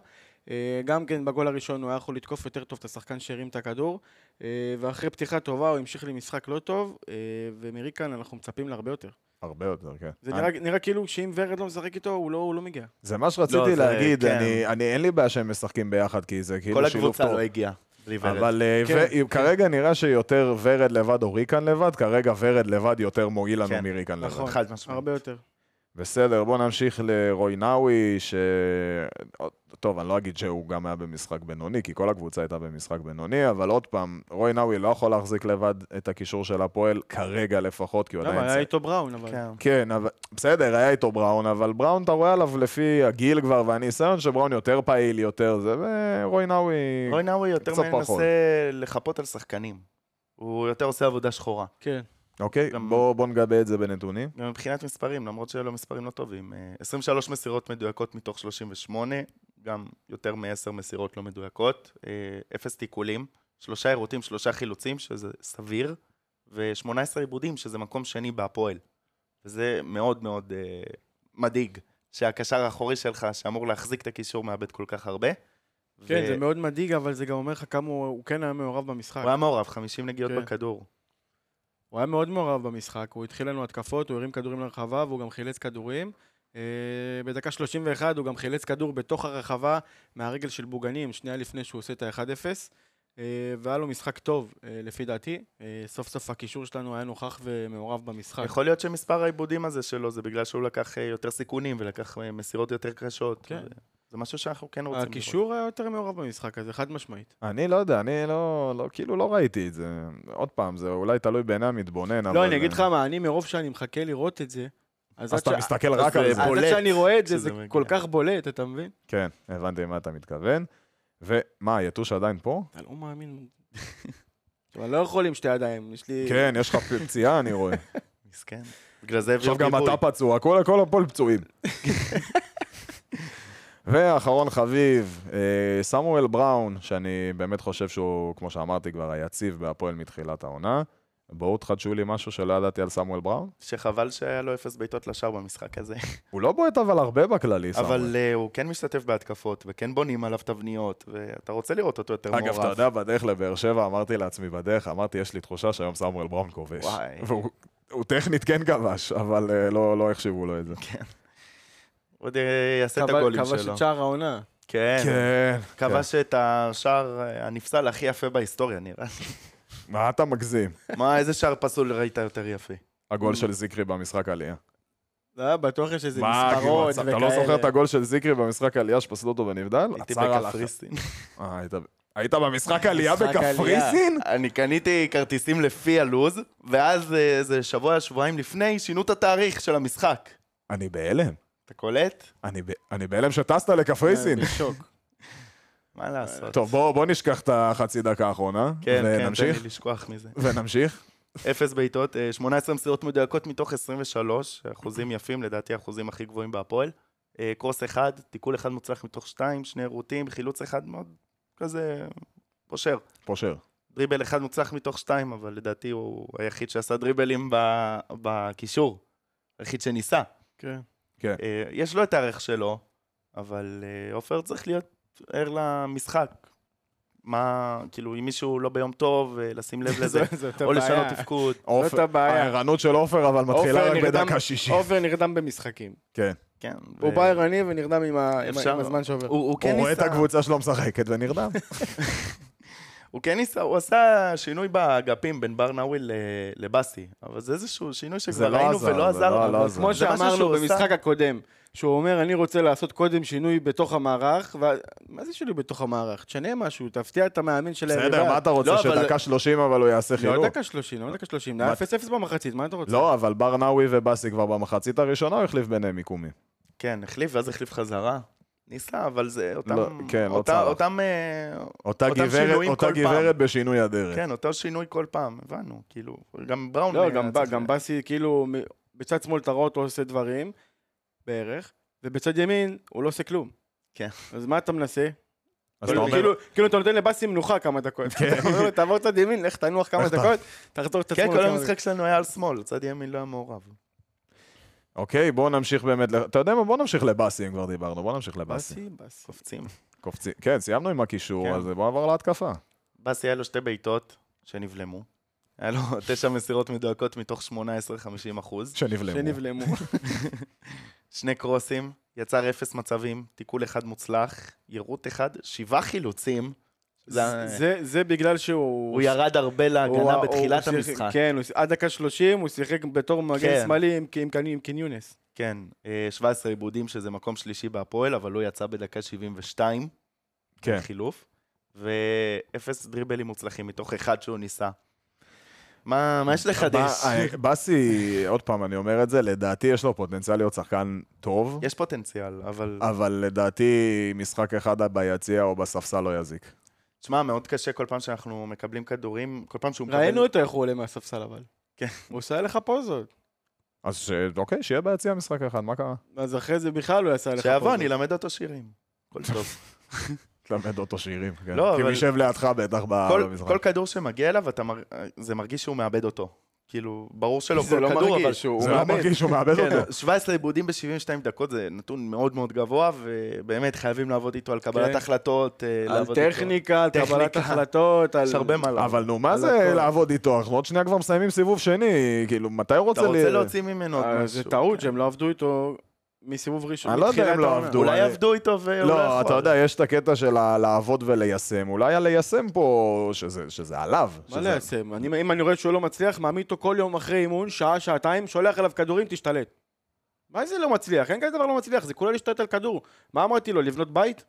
C: אה, גם כן בגול הראשון הוא היה יכול לתקוף יותר טוב את השחקן שהרים את הכדור, אה, ואחרי פתיחה טובה הוא המשיך למשחק לא טוב, אה, ומריקן אנחנו מצפים להרבה יותר.
A: הרבה יותר, כן.
C: זה
A: אני-
C: נראה, נראה כאילו שאם ורד לא משחק איתו, הוא לא, הוא לא מגיע.
A: זה מה שרציתי
B: זה-
A: להגיד,
B: כן.
A: אני, אני, אין לי בעיה שהם משחקים ביחד, כי זה כאילו
B: כל
A: שילוב
B: הקבוצה
A: טוב.
B: לא הגיעה. בלי ורד.
A: אבל אה,
C: כן,
A: ו- כרגע נראה שיותר ורד לבד או ריקן לבד, כרגע ורד לבד יותר מועיל לנו
B: כן,
A: מריקן לבד.
C: נכון.
B: חד משמעית.
C: הרבה יותר.
A: בסדר, בואו נמשיך לרוינאווי, ש... טוב, אני לא אגיד שהוא גם היה במשחק בינוני, כי כל הקבוצה הייתה במשחק בינוני, אבל עוד פעם, רוינאווי לא יכול להחזיק לבד את הקישור של הפועל, כרגע לפחות, כי הוא
C: למה,
A: עדיין...
C: היה
A: צעיר.
C: איתו בראון, אבל...
B: כן.
A: כן, אבל בסדר, היה איתו בראון, אבל בראון, אתה רואה עליו לפי הגיל כבר והניסיון, שבראון יותר פעיל יותר, זה, ורוינאווי...
B: רוי נאווי יותר
A: קצת פחות.
B: מנסה לחפות על שחקנים. הוא יותר עושה עבודה שחורה.
C: כן.
A: אוקיי,
B: גם-
A: בואו בוא נגבה את זה בנתונים.
B: גם מבחינת מספרים, למרות שאלה מספרים לא טובים. אה, 23 מסירות מדויקות מתוך 38, גם יותר מ-10 מסירות לא מדויקות. אה, אפס תיקולים, שלושה עירותים, שלושה חילוצים, שזה סביר, ו-18 עיבודים, שזה מקום שני בהפועל. וזה מאוד מאוד אה, מדאיג, שהקשר האחורי שלך, שאמור להחזיק את הקישור, מאבד כל כך הרבה.
C: כן,
B: ו-
C: זה מאוד מדאיג, אבל זה גם אומר לך כמה הוא, הוא כן היה מעורב במשחק.
B: הוא היה מעורב, 50 נגיעות
C: כן.
B: בכדור.
C: הוא היה מאוד מעורב במשחק, הוא התחיל לנו התקפות, הוא הרים כדורים לרחבה והוא גם חילץ כדורים. אה, בדקה 31 הוא גם חילץ כדור בתוך הרחבה מהרגל של בוגנים, שנייה לפני שהוא עושה את ה-1-0. אה, והיה לו משחק טוב, אה, לפי דעתי. אה, סוף סוף הקישור שלנו היה נוכח ומעורב במשחק.
B: יכול להיות שמספר העיבודים הזה שלו, זה בגלל שהוא לקח אה, יותר סיכונים ולקח אה, מסירות יותר קשות.
C: כן.
B: ו- זה משהו שאנחנו כן רוצים
C: הקישור היה יותר מעורב במשחק הזה, חד משמעית.
A: אני לא יודע, אני לא, לא, כאילו לא ראיתי את זה. עוד פעם, זה אולי תלוי בעיני המתבונן, אבל...
C: לא, אני אגיד לך מה, אני מרוב שאני מחכה לראות את זה, אז
A: אז
C: עד
A: אתה
C: ש-
A: מסתכל
B: אז
A: רק על
B: זה
A: זה.
C: אז עד
B: בולט
C: שאני רואה את זה,
B: שזה
C: זה
B: מגיע.
C: כל כך בולט, אתה מבין?
A: כן, הבנתי למה אתה מתכוון. ומה, היתוש עדיין פה?
C: אתה לא מאמין. אבל לא יכול עם שתי ידיים, יש לי...
A: כן, יש לך פציעה, אני רואה.
B: מאוד. מסכן. בגלל זה הביאו
A: עכשיו גם
B: גיבוי.
A: אתה פצוע, כל כל הפועל פצועים. ואחרון חביב, אה, סמואל בראון, שאני באמת חושב שהוא, כמו שאמרתי כבר, היציב בהפועל מתחילת העונה. בואו תחדשו לי משהו שלא ידעתי על סמואל בראון.
B: שחבל שהיה לו אפס בעיטות לשער במשחק הזה.
A: הוא לא בועט אבל הרבה בכללי, סמואל.
B: אבל אה, הוא כן משתתף בהתקפות, וכן בונים עליו תבניות, ואתה רוצה לראות אותו יותר מעורב.
A: אגב, אתה יודע, בדרך לבאר שבע אמרתי לעצמי בדרך, אמרתי, יש לי תחושה שהיום סמואל בראון כובש.
B: וואי.
A: והוא הוא טכנית כן כבש, אבל אה, לא לא החשיבו לו את זה.
B: עוד אה, יעשה את
C: כבש-
B: הגולים
C: כבש
B: שלו.
C: את שער העונה.
B: כן.
A: כן.
B: כבש את השער אה, הנפסל הכי יפה בהיסטוריה, נראה לי.
A: כן. מה אתה מגזים?
B: מה, איזה שער פסול ראית יותר יפה?
A: הגול של זיקרי במשחק עלייה.
C: לא היה בטוח יש איזה
A: מה, כאילו,
C: מספרות
A: אתה
C: וכאלה.
A: אתה לא זוכר את הגול של זיקרי במשחק עלייה שפסלו אותו בנבדל?
B: הייתי
A: עצר על הח-
B: בקפריסין.
A: אה, היית ב- היית במשחק עלייה
C: משחק עלייה.
A: בקפריסין?
B: אני קניתי כרטיסים לפי הלוז, ואז אה, איזה שבוע, שבועיים לפני, שינו את התאריך של המשחק.
A: אני בהלם.
B: אתה קולט?
A: אני ב- אני בהלם שטסת לקפריסין.
C: בשוק.
B: מה לעשות?
A: טוב, בואו בוא נשכח את החצי דקה האחרונה.
B: כן, כן, תן לי
A: ונמשיך,
B: לשכוח מזה.
A: ונמשיך.
B: אפס בעיטות, אה, 18 מסירות מדויקות מתוך 23, אחוזים יפים, לדעתי האחוזים הכי גבוהים בהפועל. אה, קרוס אחד, תיקול אחד מוצלח מתוך שתיים, שני רוטים, חילוץ אחד מאוד כזה פושר.
A: פושר.
B: דריבל אחד מוצלח מתוך שתיים, אבל לדעתי הוא היחיד שעשה דריבלים ב... בקישור. היחיד שניסה.
C: כן.
B: אה, יש לו את הערך שלו, אבל אה, עופר צריך להיות ער למשחק. מה, כאילו, אם מישהו לא ביום טוב, אה, לשים לב לזה,
C: זו אותה
B: או לשנות
C: בעיה.
B: תפקוד.
A: עופר-
C: הבעיה.
A: הערנות של עופר, אבל מתחילה
C: עופר
A: רק
C: נרדם-
A: בדקה שישית.
C: עופר נרדם במשחקים.
B: כן.
C: הוא
B: ו-
C: בא ערני ונרדם עם ה- עם
B: אפשר-
C: ה- עם הזמן שעובר.
B: הוא, הוא כן
A: הוא רואה את
B: ניסה,
A: הקבוצה שלו משחקת ונרדם.
B: הוא כן ניסה, הוא עשה שינוי באגפים בין ברנאווי ל- לבאסי, אבל זה איזשהו שינוי שכבר
A: לא
B: ראינו
A: עזר,
B: ולא
A: זה לא-
B: עזר.
A: לא
B: אבל
A: עזר.
B: זה
C: כמו
B: משהו
C: שאמרנו
B: שהוא
C: במשחק
B: עשה.
C: הקודם, שהוא אומר, אני רוצה לעשות קודם שינוי בתוך המערך, ו... מה זה שינוי בתוך המערך? תשנה משהו, תפתיע את המאמן של היריבה.
A: בסדר, מה אתה רוצה,
B: לא, אבל-
A: שדקה 30 אבל הוא יעשה
C: לא
A: חילוק?
C: דקה 30, לא דקה 30,
A: מה-
C: נהיה 0-0 במחצית, מה אתה רוצה?
A: לא, אבל ברנאווי ובאסי כבר במחצית הראשונה הוא החליף ביניהם מיקומים.
B: כן, החליף ואז החליף חזרה. ניסה, אבל זה אותם...
A: לא, כן, לא
B: אותה-
A: צלח.
B: אותם... אה,
A: אותה
B: אותם
A: גברת,
B: שינויים
A: אותה
B: כל פעם.
A: גברת בשינוי הדרך.
B: כן, אותו שינוי כל פעם, הבנו, כאילו, גם בראון...
C: לא,
B: היה
C: גם, ב,
B: צריך-
C: גם באסי, כאילו, מ- בצד שמאל אתה רואה אותו עושה דברים, בערך, ובצד ימין הוא לא עושה כלום.
B: כן.
C: אז מה אתה מנסה?
A: אז אתה
C: כאילו,
A: אומר, כן.
C: כאילו, כאילו אתה נותן לבאסי מנוחה כמה דקות. אתה אומר לו, תעבור צד ימין, לך תנוח כמה
A: לך ת-
C: דקות, תחזור את
B: כן,
C: עצמו.
B: כל המשחק שלנו היה על שמאל, צד ימין לא היה מעורב.
A: אוקיי, בואו נמשיך באמת, ל- אתה יודע מה, בואו נמשיך לבאסי אם כבר דיברנו, בואו נמשיך לבאסי.
C: באסי, באסי.
B: קופצים.
A: קופצים. כן, סיימנו עם הקישור,
B: כן.
A: אז בואו נעבור להתקפה.
B: באסי היה לו שתי בעיטות שנבלמו. היה לו תשע מסירות מדויקות מתוך 18-50 אחוז.
A: שנבלמו.
C: שנבלמו.
B: שני קרוסים, יצר אפס מצבים, תיקול אחד מוצלח, יירוט אחד, שבעה חילוצים. זה, זה,
C: זה- זה בגלל שהוא...
B: הוא ירד הרבה
C: הוא-
B: להגנה
C: הוא-
B: בתחילת
C: הוא שיחק-
B: המשחק. כן,
C: כן, הוא ש- עד דקה 30 הוא שיחק בתור מגן
B: כן.
C: שמאלי עם- עם קני- עם קניונס.
B: כן אה, 17 עיבודים, שזה מקום שלישי בהפועל, אבל הוא יצא בדקה 72,
A: כן.
B: חילוף, ואפס דריבלים מוצלחים מתוך אחד שהוא ניסה. מה, מה יש לחדש?
A: ב- אה, באסי, עוד פעם, אני אומר את זה, לדעתי יש לו פוטנציאל להיות שחקן טוב,
B: יש פוטנציאל, אבל...
A: אבל לדעתי משחק אחד ביציע או בספסל לא יזיק.
B: תשמע, מאוד קשה כל פעם שאנחנו מקבלים כדורים, כל פעם שהוא מקבל...
C: ראינו אותו איך הוא עולה מהספסל אבל.
B: כן.
C: הוא עושה לך פוזות.
A: אז ש- אוקיי, שיהיה ביציע משחק אחד, מה קרה?
C: אז אחרי זה בכלל הוא יעשה לך פוזות.
B: שיבוא, אני אלמד אותו שירים. הכל טוב.
A: תלמד אותו שירים, כן.
B: לא,
A: כי הוא
B: אבל-
A: יישב לידך בטח ב-
B: כל,
A: במשחק.
B: כל כדור שמגיע אליו, אתה מר... זה מרגיש שהוא מאבד אותו. כאילו, ברור שלא
C: זה
B: כל
C: לא
B: כדור,
C: מרגיש,
B: אבל...
C: שהוא
A: זה לא
C: מאבד.
A: מרגיש שהוא מאבד אותו.
B: כן, 17 עיבודים ב-72 דקות זה נתון מאוד מאוד גבוה, ובאמת חייבים לעבוד איתו על קבלת
C: כן.
B: החלטות. אה,
C: על
B: לעבוד איתו.
C: טכניקה, על קבלת
B: טכניקה.
C: החלטות, על...
B: יש הרבה מה לעבוד.
A: אבל נו, מה
C: לא. על
A: זה
C: הכל.
A: לעבוד איתו? אנחנו עוד שנייה כבר מסיימים סיבוב שני, כאילו, מתי הוא רוצה...
B: אתה רוצה
A: ל-
B: להוציא ממנו עוד
C: אה,
B: משהו.
C: זה טעות
B: כן.
C: שהם לא עבדו איתו מסיבוב ראשון.
A: אני לא יודע
C: מתחילת
A: אם לא
C: העונה.
A: עבדו.
B: אולי
A: אני-
B: יעבדו איתו והוא לא
A: לא,
B: יכול.
A: אתה יודע, יש את הקטע של ה- לעבוד וליישם. אולי הליישם פה, שזה- שזה עליו.
C: מה
A: שזה-
C: ליישם? אני- אם אני רואה שהוא לא מצליח, מעמיד אותו כל יום אחרי אימון, שעה, שעתיים, שולח אליו כדורים, תשתלט. מה זה לא מצליח? אין כזה דבר לא מצליח, זה כולה להשתלט על כדור. מה אמרתי לו, לבנות בית?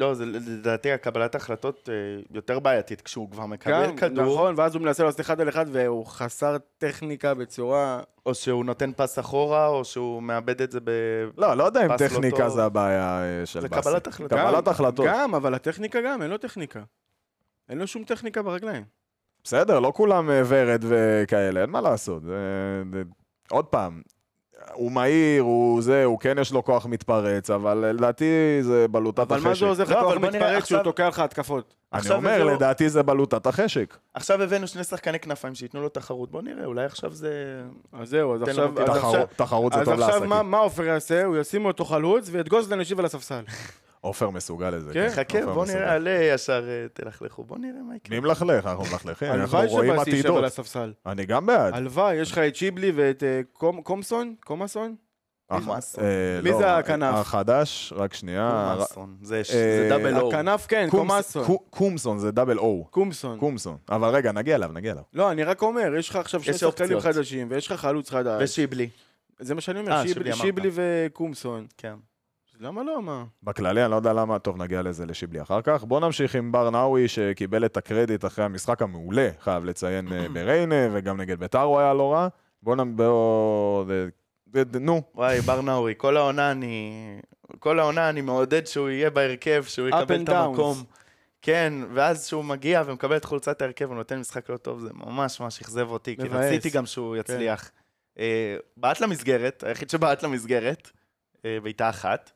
B: לא, זה לדעתי הקבלת החלטות אה, יותר בעייתית כשהוא כבר
C: גם,
B: מקבל כדור,
C: נכון, ואז הוא מנסה לעשות אחד על אחד, והוא חסר טכניקה בצורה...
B: או שהוא נותן פס אחורה, או שהוא מאבד את זה ב...
A: לא, לא יודע אם
B: פס לא
A: טכניקה
B: טוב.
A: זה הבעיה אה, של
B: זה
A: באסי.
B: קבלת החלטות.
A: קבלת
C: גם-
A: החלטות.
C: גם, אבל הטכניקה גם, אין לו טכניקה. אין לו שום טכניקה ברגליים.
A: בסדר, לא כולם אה, ורד וכאלה, אין מה לעשות. זה- זה- עוד פעם, הוא מהיר, הוא זה, הוא כן יש לו כוח מתפרץ, אבל אה, לדעתי זה בלוטת
C: אבל מה
A: החשק.
C: זה עוזר לא- לך
B: לא, אבל
C: כוח
B: בוא נראה,
C: מתפרץ שהוא
B: עכשיו-
C: תוקע לך התקפות?
A: אני
B: עכשיו
A: אומר,
B: הביאו-
A: לדעתי זה בלוטת החשק.
B: עכשיו הבאנו שני שחקני כנפיים שייתנו לו תחרות, בוא נראה, אולי עכשיו זה...
C: אז זהו, אז
B: תן לו
C: עכשיו...
B: טיפה.
C: אז עכשיו-
A: תחרות- תחרות זה
C: אז
A: טוב
C: עכשיו מה-
A: לעסקים.
C: מה עופר יעשה? הוא ישים אותו חלוץ, ואת גוזלן ישיב על הספסל.
B: כן,
A: עופר מסוגל לזה.
C: כן,
B: חכה,
A: עופר
B: בוא
A: מסוגל.
B: נראה, עלה ישר, אה, תלכלכו, בוא נראה מה יקרה.
A: נכון, מי מלכלך? אנחנו מלכלכים, אנחנו
C: הלוואי
A: רואים
C: שבאסי יישב על
A: עתידות.
C: הספסל.
A: אני גם בעד.
C: הלוואי, יש לך את שיבלי ואת אה, קום- קומסון? קומאסון?
A: אח-
B: קומאסון.
A: אה,
C: מי
A: לא,
C: זה הכנף?
A: החדש, רק שנייה.
B: קומאסון, זה ש-
A: אה,
B: זה דאבל אור.
C: הכנף כן,
A: קומס-
C: קומאסון.
A: קו- קומסון זה דאבל או.
C: קומסון.
A: קומסון. אבל רגע, נגיע אליו, נגיע אליו.
C: לא, אני רק אומר, יש לך עכשיו שני
B: יש
C: שחקנים
B: אופציות.
C: חדשים, ויש לך חלוץ חדש.
B: ושיבלי.
C: זה מה שאני
B: אה,
C: אומר, שיב-
B: שיבלי אמרת.
C: שיבלי וקומסון.
B: כן.
C: למה לא, מה?
A: בכללי, אני לא יודע למה, טוב, נגיע לזה לשיבלי אחר כך. בואו נמשיך עם ברנאווי, שקיבל את הקרדיט אחרי המשחק המעולה, חייב לציין אה, בריינה, וגם נגד ביתר הוא היה לא רע. בואו נ... בואו... נו,
B: וואי, בר נאורי, כל העונה אני... כל העונה אני מעודד שהוא יהיה בהרכב, שהוא
C: Up
B: יקבל
C: and
B: את
C: downs.
B: המקום. כן, ואז שהוא מגיע ומקבל את חולצת ההרכב ונותן משחק לא טוב, זה ממש ממש אכזב אותי, כי
C: מבאס. כן.
B: רציתי גם שהוא יצליח. אה, בעט למסגרת, היחיד שבעט למסגרת, אה, בעיטה אחת,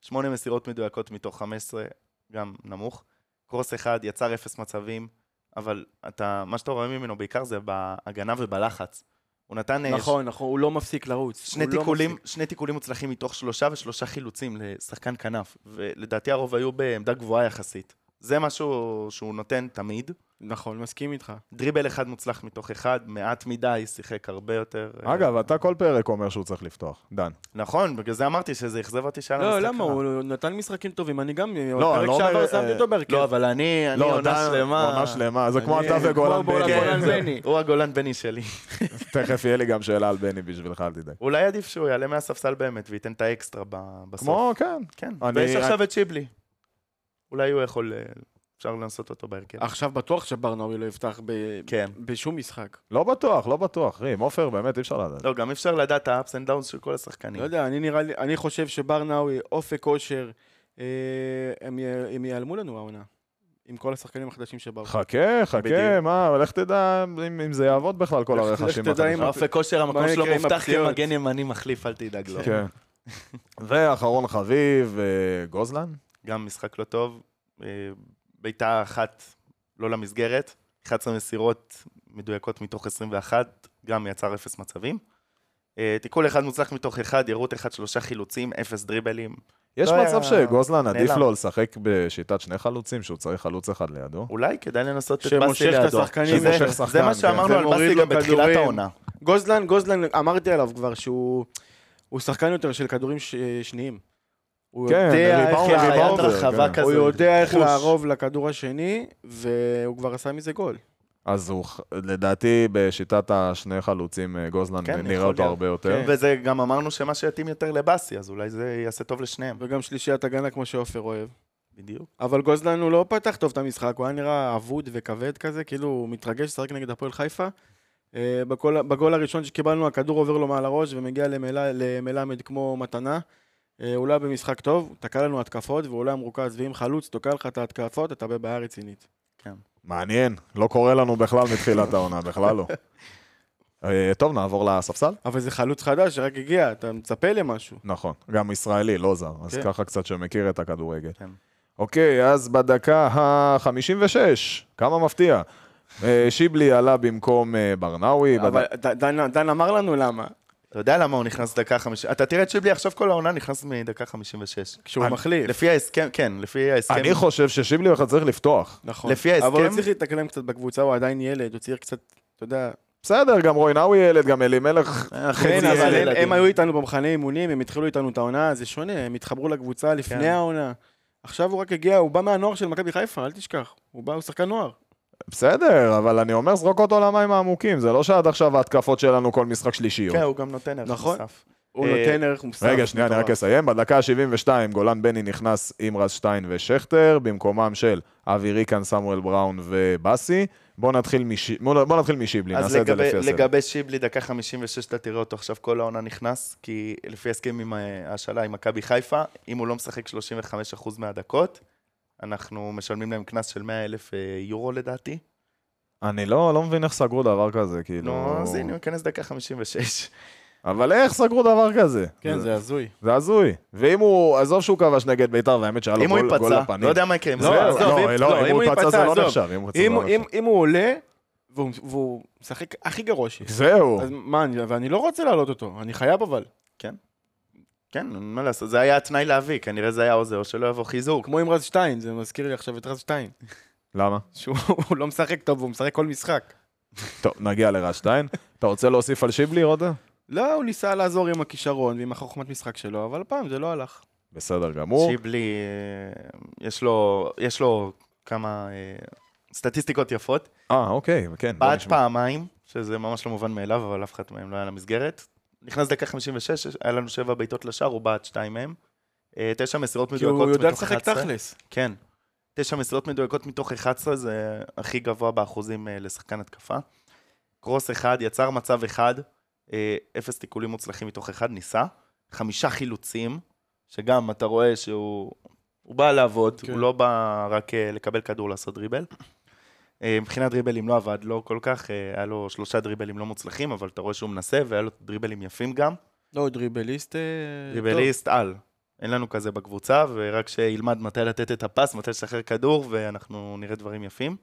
B: שמונה מסירות מדויקות מתוך 15, גם נמוך. קרוס אחד, יצר אפס מצבים, אבל אתה, מה שאתה רואה ממנו בעיקר זה בהגנה ובלחץ. הוא נתן אה,
C: נכון, נכון, הוא לא מפסיק לרוץ.
B: שני
C: הוא לא
B: תיקולים,
C: מפסיק.
B: שני תיקולים מוצלחים מתוך שלושה ושלושה חילוצים לשחקן כנף, ולדעתי הרוב היו בעמדה גבוהה יחסית. זה משהו שהוא נותן תמיד.
C: נכון, מסכים איתך.
B: דריבל אחד מוצלח מתוך אחד, מעט מדי, שיחק הרבה יותר. אה,
A: אגב, אתה כל פרק אומר שהוא צריך לפתוח, דן.
B: נכון, בגלל זה אמרתי שזה אכזב אותי שהיה לנו
C: לא,
B: משחק
C: למה?
B: רע.
C: הוא נתן משחקים טובים, אני
A: לא,
C: גם...
A: אני
C: בפרק
A: לא אומר,
C: שעבר שמתי
A: אה,
C: אותו בהרכב.
B: לא, אבל אני, אני עונה
A: דן,
B: שלמה.
A: עונה שלמה, זה כמו
C: אני-
A: אתה וגולן
C: כמו גולן
A: בני.
C: בני. כן.
B: הוא הגולן בני שלי.
A: תכף יהיה לי גם שאלה על בני בשבילך, אל תדאג.
B: אולי עדיף שהוא יעלה מהספסל באמת וייתן את האקסטרה ב- בסוף.
A: כמו, כן.
B: כן.
A: אני-
B: ויש עכשיו את שיבלי. אולי הוא יכול, אה, אפשר לנסות אותו בהרכב.
C: עכשיו בטוח שברנאווי לא יפתח ב-
B: כן.
C: בשום משחק.
A: לא בטוח, לא בטוח. אחי, עם עופר, באמת, אי אפשר לדעת.
B: לא, גם אי אפשר לדעת ה-ups and downs של כל השחקנים.
C: לא יודע, אני נראה לי, אני חושב שברנאווי, אופק כושר, אה, הם י- הם ייעלמו לנו העונה. עם כל השחקנים החדשים שבאו.
A: חכה, חכה,
B: בדיוק.
A: מה, לך תדע אם אם זה יעבוד בכלל, כל
C: לך-
A: הרכשים
C: לך תדע
A: החדשים.
C: אם-
B: אופק כושר, המקום
C: מה
B: שלו
C: יקרה עם
B: מובטח
C: הפציעות?
B: כמגן ימני מחליף, אל תדאג לו.
A: כן. ואחרון חביב, אה, גוזלן?
B: גם משחק לא טוב, אה, בעיטה אחת לא למסגרת, 11 מסירות מדויקות מתוך 21, גם יצר אפס מצבים. אה, תיקול אחד מוצלח מתוך אחד, ירות אחד שלושה חילוצים, אפס דריבלים.
A: יש
B: לא
A: מצב
B: היה-
A: שגוזלן עדיף
B: נעלם.
A: לו לשחק בשיטת שני חלוצים, שהוא צריך חלוץ אחד לידו?
B: אולי כדאי לנסות את
C: שמושך
B: באסי
C: את
B: לידו.
C: השחקנים,
B: שזה-
A: מושך שחקן,
B: זה מה
A: כן.
B: שאמרנו
C: זה
B: על
C: מוריד
B: באסי
C: לו
B: גם בתחילת
C: כדורים.
B: העונה.
C: גוזלן, גוזלן, אמרתי עליו כבר שהוא הוא שחקן יותר של כדורים ש- שניים. הוא
A: כן,
C: יודע איך
A: ריבאונד,
C: לערוב-
A: ריבאונד,
B: בעיית רחבה
A: כן.
B: כזה.
C: הוא יודע איך
B: פוש.
C: לערוב לכדור השני, והוא כבר עשה מזה גול.
A: אז הוא, ח- לדעתי, בשיטת השני חלוצים, אה, גוזלן
B: כן,
A: נראה
B: יכול
A: אותו
B: להיות.
A: הרבה יותר.
B: וזה גם אמרנו שמה שיתאים יותר לבאסי, אז אולי זה יעשה טוב לשניהם.
C: וגם שלישיית הגנה כמו שעופר אוהב.
B: בדיוק.
C: אבל גוזלן הוא לא פתח טוב את המשחק, הוא היה נראה אבוד וכבד כזה, כאילו הוא מתרגש לשחק נגד הפועל חיפה. אה, בגול, בגול הראשון שקיבלנו, הכדור עובר לו מעל הראש ומגיע למל- למלמד כמו מתנה. אה, הוא לא היה במשחק טוב, הוא תקע לנו התקפות והוא לא היה מרוכז, ואם חלוץ תוקע לך את ההתקפות, אתה בבעיה רצינית.
B: כן.
A: מעניין, לא קורה לנו בכלל מתחילת העונה, בכלל לא. אה, טוב, נעבור לספסל?
C: אבל זה חלוץ חדש שרק הגיע, אתה מצפה למשהו.
A: נכון, גם ישראלי, לא זר, אז
C: כן.
A: ככה קצת שמכיר את הכדורגל.
B: כן.
A: אוקיי, אז בדקה ה-56, כמה מפתיע. אה, שיבלי עלה במקום אה, ברנאווי,
C: אבל
A: בד-
C: ד- דן- דן אמר לנו למה,
B: אתה יודע למה הוא נכנס דקה חמישית? אתה תראה את שיבלי עכשיו כל העונה נכנס מדקה 56.
C: כשהוא
A: אני-
C: מחליף.
B: לפי ההסכם, כן, לפי ההסכם.
A: אני חושב ששיבלי בכלל צריך לפתוח.
C: נכון.
B: לפי ההסכם-
C: אבל הוא צריך להתאקלם קצת בקבוצה, הוא עדיין ילד, הוא צריך קצת, אתה יודע,
A: בסדר, גם רוינאווי ילד, גם אלימלך.
C: כן,
B: חצי
C: אבל הם-
B: ילדים.
C: הם היו איתנו במחנה אימונים, הם התחילו איתנו את העונה, זה שונה, הם התחברו לקבוצה לפני
B: כן.
C: העונה. עכשיו הוא רק הגיע, הוא בא מהנוער של מכבי חיפה, אל תשכח. הוא בא, הוא שחקן נוער.
A: בסדר, אבל אני אומר, זרוק אותו למים העמוקים, זה לא שעד עכשיו ההתקפות שלנו כל משחק שלישיות.
B: כן, הוא גם נותן ערך
C: נכון.
B: נוסף.
C: הוא
B: אה,
C: נותן ערך מוסף.
A: רגע, שנייה, אני
C: מטורף.
A: רק אסיים. בדקה ה-72, גולן בני נכנס עם רז שטיין ושכטר, במקומם של אבי ריקן, סמואל בראון ובאסי. בואו נתחיל, מש... בוא בוא נתחיל משיבלי,
B: אז
A: נעשה את זה
B: לגבי,
A: לפי הסדר.
B: לגבי שיבלי, דקה 56, אתה תראה אותו עכשיו כל העונה נכנס, כי לפי הסכם עם אה, ההשאלה עם מכבי חיפה, אם הוא לא משחק 35% מהדקות, אנחנו משלמים להם קנס של 100 אלף אה, יורו לדעתי.
A: אני לא, לא מבין איך סגרו דבר כזה, כאילו...
B: נו, אז הנה, הוא ייכנס דקה 56.
A: אבל איך סגרו דבר כזה?
C: כן, זה הזוי.
A: זה הזוי. ואם הוא, עזוב שהוא כבש נגד ביתר, והאמת שהיה לו
B: אם הוא
A: גול, גול
B: ייפצע,
A: לפנים.
B: לא יודע מה יקרה עם זה.
A: זהו,
C: עזוב,
A: לא,
C: אם-
A: לא, אם הוא ייפצע זה
C: עזוב.
A: לא נחשב. אם הוא ייפצע זה
C: אם
A: לא
C: הוא- אם-
A: נחשב.
C: אם הוא עולה, והוא- והוא משחק הכי גרוע שיש.
A: זהו.
C: אז מה, אני- ואני לא רוצה להעלות אותו, אני חייב אבל.
B: כן, מה לעשות, זה היה התנאי להביא, כנראה זה היה או זה, או שלא יבוא חיזוק.
C: כמו עם רז שטיין, זה מזכיר לי עכשיו את רז שטיין.
A: למה?
C: שהוא הוא לא משחק טוב, והוא משחק כל משחק.
A: טוב, נגיע לרז שטיין. אתה רוצה להוסיף על שיבלי עוד?
C: לא, הוא ניסה לעזור עם הכישרון ועם החוכמת משחק שלו, אבל הפעם זה לא הלך.
A: בסדר גמור.
B: שיבלי, אה, יש לו, יש לו כמה אה, סטטיסטיקות יפות.
A: אה, אוקיי, כן. בוא
B: בעט
A: נשמע.
B: פעמיים, שזה ממש לא מובן מאליו, אבל אף אחד מהם לא היה למסגרת. נכנס דקה 56, היה לנו שבע בעיטות לשער, הוא בעט שתיים מהם. אה, תשע מסירות
C: כי
B: מדויקות
C: הוא יודע
B: מתוך
C: לשחק
B: 11.
C: תכלס.
B: כן. תשע מסירות מדויקות מתוך 11, זה הכי גבוה באחוזים אה, לשחקן התקפה. קרוס אחד, יצר מצב אחד, אה, אפס תיקולים מוצלחים מתוך אחד, ניסה. חמישה חילוצים, שגם אתה רואה שהוא הוא בא לעבוד,
C: כן.
B: הוא לא בא רק אה, לקבל כדור לעשות דריבל. אה, מבחינת דריבלים לא עבד לו כל כך, אה, היה לו שלושה דריבלים לא מוצלחים, אבל אתה רואה שהוא מנסה, והיה לו דריבלים יפים גם.
C: לא, הוא דריבליסט... אה,
B: דריבליסט על. אין לנו כזה בקבוצה, ורק שילמד מתי לתת את הפס, מתי לשחרר כדור, ואנחנו נראה דברים יפים.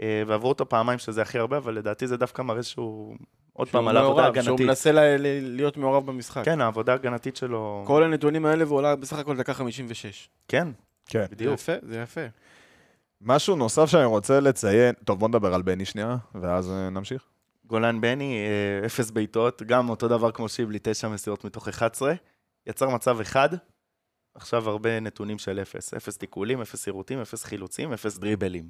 B: אה, ועברו אותו פעמיים, שזה הכי הרבה, אבל לדעתי זה דווקא מראה שהוא... עוד
C: טוב.
B: פעם,
C: שהוא
B: על העבודה
C: מעורב, שהוא
B: ההגנתית.
C: מנסה ל- ל- להיות מעורב במשחק.
B: כן, העבודה ההגנתית שלו...
C: כל הנתונים האלה והוא עולה בסך הכל דקה 56.
B: כן,
A: כן.
C: זה
B: בדיוק.
C: יפה, זה יפה.
A: משהו נוסף שאני רוצה לציין, טוב בוא נדבר על בני שנייה, ואז אה, נמשיך.
B: גולן בני, אה, אפס בעיטות, גם אותו דבר כמו שיבלי, תשע מסירות מתוך 11. יצר מצב אחד, עכשיו הרבה נתונים של אפס. אפס תיקולים, אפס עירותים, אפס חילוצים, אפס דריבלים.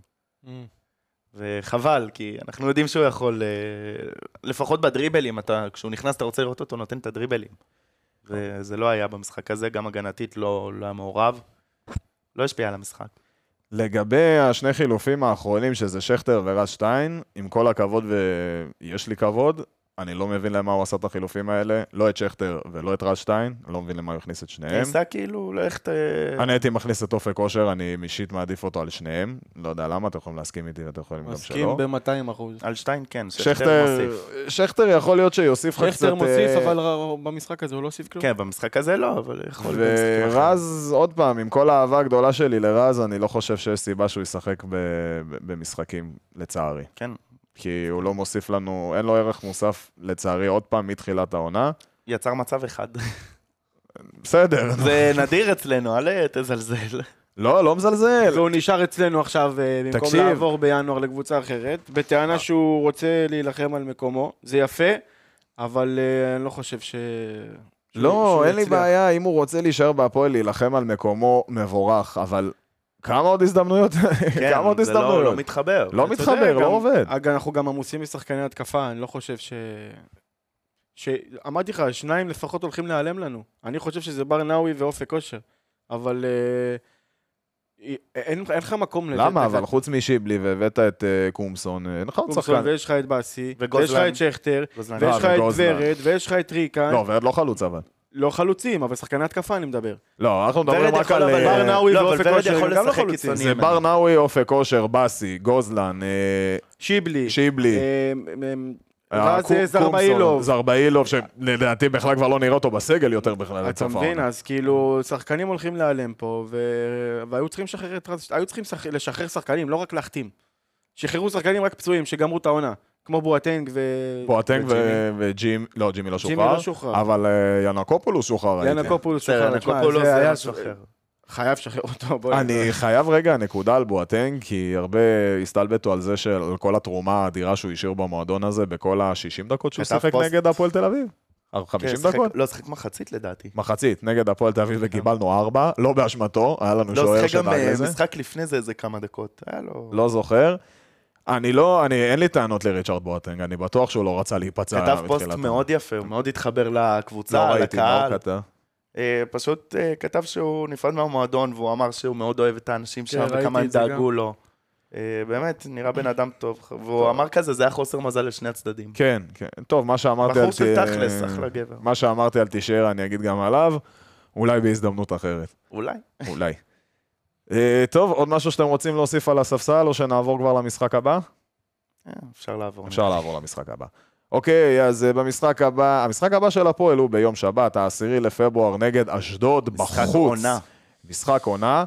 B: וחבל, כי אנחנו יודעים שהוא יכול, אה, לפחות בדריבלים, אתה, כשהוא נכנס אתה רוצה לראות אותו נותן את הדריבלים. וזה לא היה במשחק הזה, גם הגנתית לא, לא היה מעורב. לא השפיע על המשחק.
A: לגבי השני חילופים האחרונים, שזה שכטר ורז שטיין, עם כל הכבוד ויש לי כבוד, אני לא מבין למה הוא עשה את החילופים האלה, לא את שכטר ולא את רז שטיין, לא מבין למה הוא הכניס את שניהם.
B: ניסה כאילו ללכת...
A: אני הייתי מכניס את אופק אושר, אני אישית מעדיף אותו על שניהם. לא יודע למה, אתם יכולים להסכים איתי ואתם יכולים גם
C: מסכים
A: שלא.
C: ב-200 אחוז.
B: על שתיים כן, שכטר
A: שכטר, אה,
B: מוסיף.
A: שכטר יכול להיות שיוסיף לך קצת...
C: שכטר מוסיף,
A: אה,
C: אבל ר- במשחק הזה הוא לא הוסיף כלום.
B: כן, במשחק הזה לא, אבל יכול להיות. במשחקים אחרים.
A: ורז, עוד פעם, עם כל האהבה הגדולה שלי לרז, אני לא חושב שיש סיבה שהוא ישחק ב- ב- במשחקים, לצערי.
B: כן,
A: כי הוא לא מוסיף לנו, אין לו ערך מוסף, לצערי, עוד פעם, מתחילת העונה.
B: יצר מצב אחד.
A: בסדר.
B: זה נדיר אצלנו, אל תזלזל.
A: לא, לא מזלזל.
C: והוא נשאר אצלנו עכשיו, אה, במקום
A: תקשיב.
C: לעבור בינואר לקבוצה אחרת,
B: אה.
C: בטענה שהוא רוצה להילחם על מקומו. זה יפה, אבל אה, אני לא חושב ש... שהוא-
A: לא,
C: שהוא
A: אין לי
C: יצליח.
A: בעיה, אם הוא רוצה להישאר בהפועל, להילחם על מקומו, מבורך, אבל כמה עוד הזדמנויות?
B: כן,
A: כמה עוד
B: זה לא לא
A: הזדמנויות?
B: מתחבר.
A: לא
B: אתה יודע,
A: מתחבר,
B: גם-
A: לא עובד.
C: אגב, אנחנו גם עמוסים משחקני התקפה, אני לא חושב ש... ש... אמרתי לך, שניים לפחות הולכים להיעלם לנו. אני חושב שזה בר נאווי ואופק אושר, אבל אה, אין, אין לך
B: אה,
C: מקום לתת
A: למה?
C: לזה.
A: אבל חוץ משיבלי והבאת את אה, קומסון, אה, אין לך עוד
C: קומסון,
A: שחקן.
C: ויש לך את באסי, ויש לך
B: וגוזלן.
C: את שכטר,
B: גוזלן.
A: אה,
C: ויש לך את
A: וגוזלן.
C: ורד, ויש לך את ריקן,
A: לא, ורד לא חלוץ אבל.
C: לא חלוצים, אבל שחקני התקפה אני מדבר.
A: לא, אנחנו מדברים
B: ורד
A: רק על...
B: יכול, אבל
A: אה,
B: בר נאווי
C: לא, אבל
B: ואופק
C: ורד
B: אושר
C: יכול
B: הם גם לא
C: לשחק
B: חלוצים.
C: קיצוני,
A: זה בר נאווי, אופק אושר, באסי, גוזלן, אה,
C: שיבלי,
A: שיבלי.
C: אה, מ- מ-
A: אה,
C: רז
A: קו-
C: אה, זרמאילוב,
A: קומסון, זרבאילוב, שלדעתי בכלל כבר לא נראה אותו בסגל יותר בכלל. עד
C: אתה
A: סוף
C: מבין?
A: העונה.
C: אז כאילו, שחקנים הולכים להיעלם פה, ו- והיו צריכים לשחרר את רז... היו צריכים שח- לשחרר שחקנים, לא רק להחתים. שחררו שחקנים רק פצועים, שגמרו את העונה. כמו בואטנג ו...
A: פואטנג
C: וג'ימי.
A: וג'ימי, לא, ג'ימי לא שוחרר.
C: ג'ימי לא שוחרר.
A: אבל אה, ינקופולוס שוחרר. ראיתי.
C: ינקופולוס
B: בסדר,
C: שוחרר. תשמע,
B: נקופולו
C: זה
B: אה, זה
C: היה-
B: משהו אחר.
C: חייב לשחרר אותו. בוא
A: אני חייב רגע נקודה על בואטנג, כי הרבה הסתלבטו על זה של על כל התרומה האדירה שהוא השאיר במועדון הזה בכל ה-60 דקות שהוא
B: כתב
A: שיחק
B: פוסט.
A: נגד הפועל תל אביב.
B: כן,
A: 50
B: שחק-
A: דקות?
B: לא, שיחק מחצית לדעתי.
A: מחצית, נגד הפועל תל אביב וקיבלנו 4, לא באשמתו, היה לנו
B: כן. לא,
A: שוער
B: שיחק גם
A: שדאג
B: אה,
A: לזה.
B: משחק לפני זה איזה כמה דקות. היה לו...
A: לא זוכר. אני לא, אני, אין לי טענות לריצ'רד בואטנג, אני בטוח שהוא לא רצה להיפצע
B: כתב פוסט
A: בתחילת העונה.
B: מאוד יפה, הוא מאוד התחבר
A: לא
B: לקבוצה,
A: ראיתי, מה
B: לקהל.
A: הוא כתב?
B: אה, פשוט אה, כתב שהוא נפרד מהמועדון, והוא אמר שהוא מאוד אוהב את האנשים
A: כן,
B: שם,
C: ראיתי
B: וכמה
C: את
B: הם
C: זה
B: דאגו לו. אה, באמת, נראה בן אדם טוב. והוא אמר כזה, זה היה חוסר מזל לשני הצדדים.
A: כן, כן. טוב, מה אה, שאמרתי על...
B: בחור של
A: ת-
B: תכלס, אחלה גבר.
A: מה שאמרתי על תישאר, אני אגיד גם עליו, אולי בהזדמנות אחרת.
B: אולי.
A: אולי. אה, טוב, עוד משהו שאתם רוצים להוסיף על הספסל, או שנעבור כבר למשחק הבא?
B: אה, אפשר לעבור.
A: אפשר לעבור למשחק הבא. אוקיי, אז אה, במשחק הבא, המשחק הבא של הפועל הוא ביום שבת, העשירי לפברואר, נגד אשדוד, בחוץ.
B: משחק עונה.
A: משחק עונה.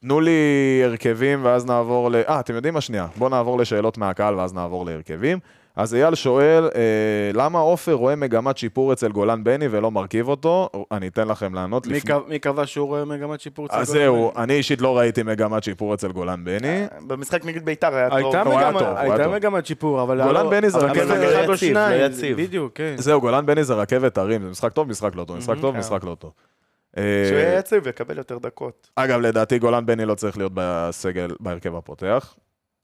A: תנו לי הרכבים ואז נעבור ל... אה, אתם יודעים מה שנייה? בואו נעבור לשאלות מהקהל ואז נעבור להרכבים. אז אייל שואל, אה, למה עופר רואה מגמת שיפור אצל גולן בני ולא מרכיב אותו? אני אתן לכם לענות
C: מי
A: לפני...
C: קבע- מי קבע שהוא רואה מגמת שיפור?
A: אז
C: אצל
A: זהו,
C: גולדמן?
A: אני אישית לא ראיתי מגמת שיפור אצל גולן בני.
B: אה, במשחק נגד ביתר היה טוב.
C: הייתה
A: הוא היה טוב,
C: מגמת-
A: הוא היה
C: הייתה
A: טוב.
C: מגמת שיפור, אבל...
A: גולן
C: לא-
A: בני זה
C: אבל
A: רכבת-
C: משחק
A: לא
C: אחד או
B: יציב, לא
C: שניים,
B: יציב.
C: בדיוק, כן.
A: זהו, גולן בני זה רכבת הרים, זה משחק טוב, משחק לא טוב, משחק טוב,
B: כן.
A: משחק לא טוב.
B: שהוא
A: אה,
B: יהיה יציב, יקבל יותר דקות.
A: אגב, לדעתי גולן בני לא צריך להיות בסגל, בהרכב הפותח.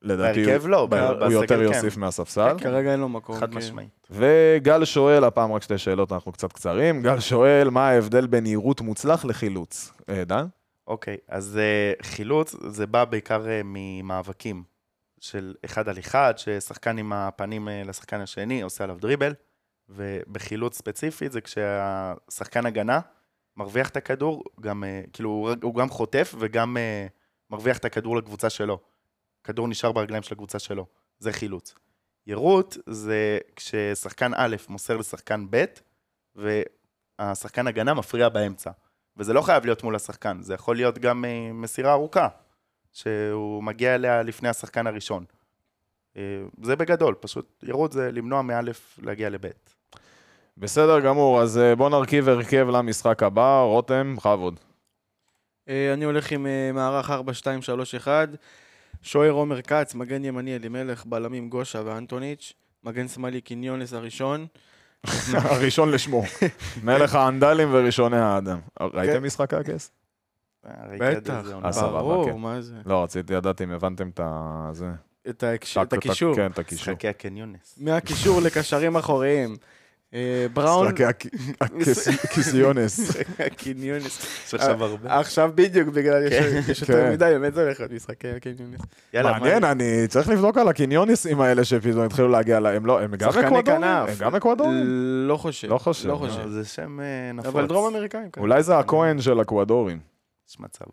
A: לדעתי הוא-
B: בהרכב לא,
A: ב-
B: בסגל
A: הוא יותר
B: כן.
A: יוסיף מהספסל.
C: כרגע אין לו מקום.
B: חד
C: כן.
B: משמעית.
A: וגל שואל, הפעם רק שתי שאלות, אנחנו קצת קצרים. גל שואל, מה ההבדל בין יירוט מוצלח לחילוץ? אה, דן?
B: אוקיי, אז אה, חילוץ, זה בא בעיקר אה, ממאבקים של אחד על אחד, ששחקן עם הפנים אה, לשחקן השני עושה עליו דריבל, ובחילוץ ספציפית זה כשהשחקן הגנה מרוויח את הכדור, גם, אה, כאילו הוא רק- הוא גם חוטף וגם אה, מרוויח את הכדור לקבוצה שלו. הכדור נשאר ברגליים של הקבוצה שלו, זה חילוץ. יירוט זה כששחקן א' מוסר לשחקן ב', והשחקן הגנה מפריע באמצע. וזה לא חייב להיות מול השחקן, זה יכול להיות גם אה, מסירה ארוכה, שהוא מגיע אליה לפני השחקן הראשון. אה, זה בגדול, פשוט יירוט זה למנוע מאלף להגיע לבית.
A: בסדר גמור, אז אה, בוא נרכיב הרכב למשחק הבא. רותם, בכבוד.
C: אה, אני הולך עם אה, מערך 4-2-3-1, שוער עומר כץ, מגן ימני אלימלך, בלמים גושה ואנטוניץ', מגן שמאלי קניונס הראשון.
A: הראשון לשמו. מלך האנדלים וראשוני האדם.
B: כן.
A: ראיתם משחק הכס? אה, סבבה,
C: ברור,
A: כן.
C: מה זה?
A: לא, רציתי לדעת אם הבנתם את ה... זה.
C: את ההקש-
A: טק-
C: את הקישור.
A: כן, את הקישור.
B: משחקי הקניונס.
C: מהקישור לקשרים אחוריים. אה, בראון...
A: משחקי הק- הכס- כיסיונס.
C: הקניונס.
B: יש עכשיו הרבה.
C: עכשיו בדיוק, בגלל יש- יש יותר
A: כן.
C: מדי, באמת זה הולך להיות משחקי הקניונס.
B: יאללה, מה-
A: מעניין, אני צריך לבדוק על הקניוניסים האלה שפתאום התחילו להגיע להם. לא, הם גם
C: שחקני
A: אקוודורים?
C: כנף.
A: הם גם אקוודורים?
C: לא חושב.
A: לא חושב.
C: לא
A: לא.
B: לא,
C: חושב.
B: זה שם אה, נפוץ.
C: אבל דרום אמריקאים. כן.
A: אולי זה הכהן של אקוודורים.
B: יש מצב.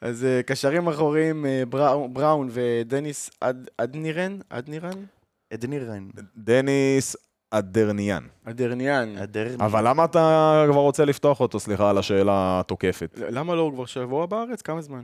C: אז אה, קשרים אחוריים, אה, בראו- בראון ודניס אד- אדנירן? אדנירן?
B: אדנירן.
A: דניס אדרניאן.
C: אדרניאן.
B: אדרן.
A: אבל למה אתה כבר רוצה לפתוח אותו? סליחה על השאלה התוקפת.
C: למה לא הוא כבר שבוע בארץ? כמה זמן?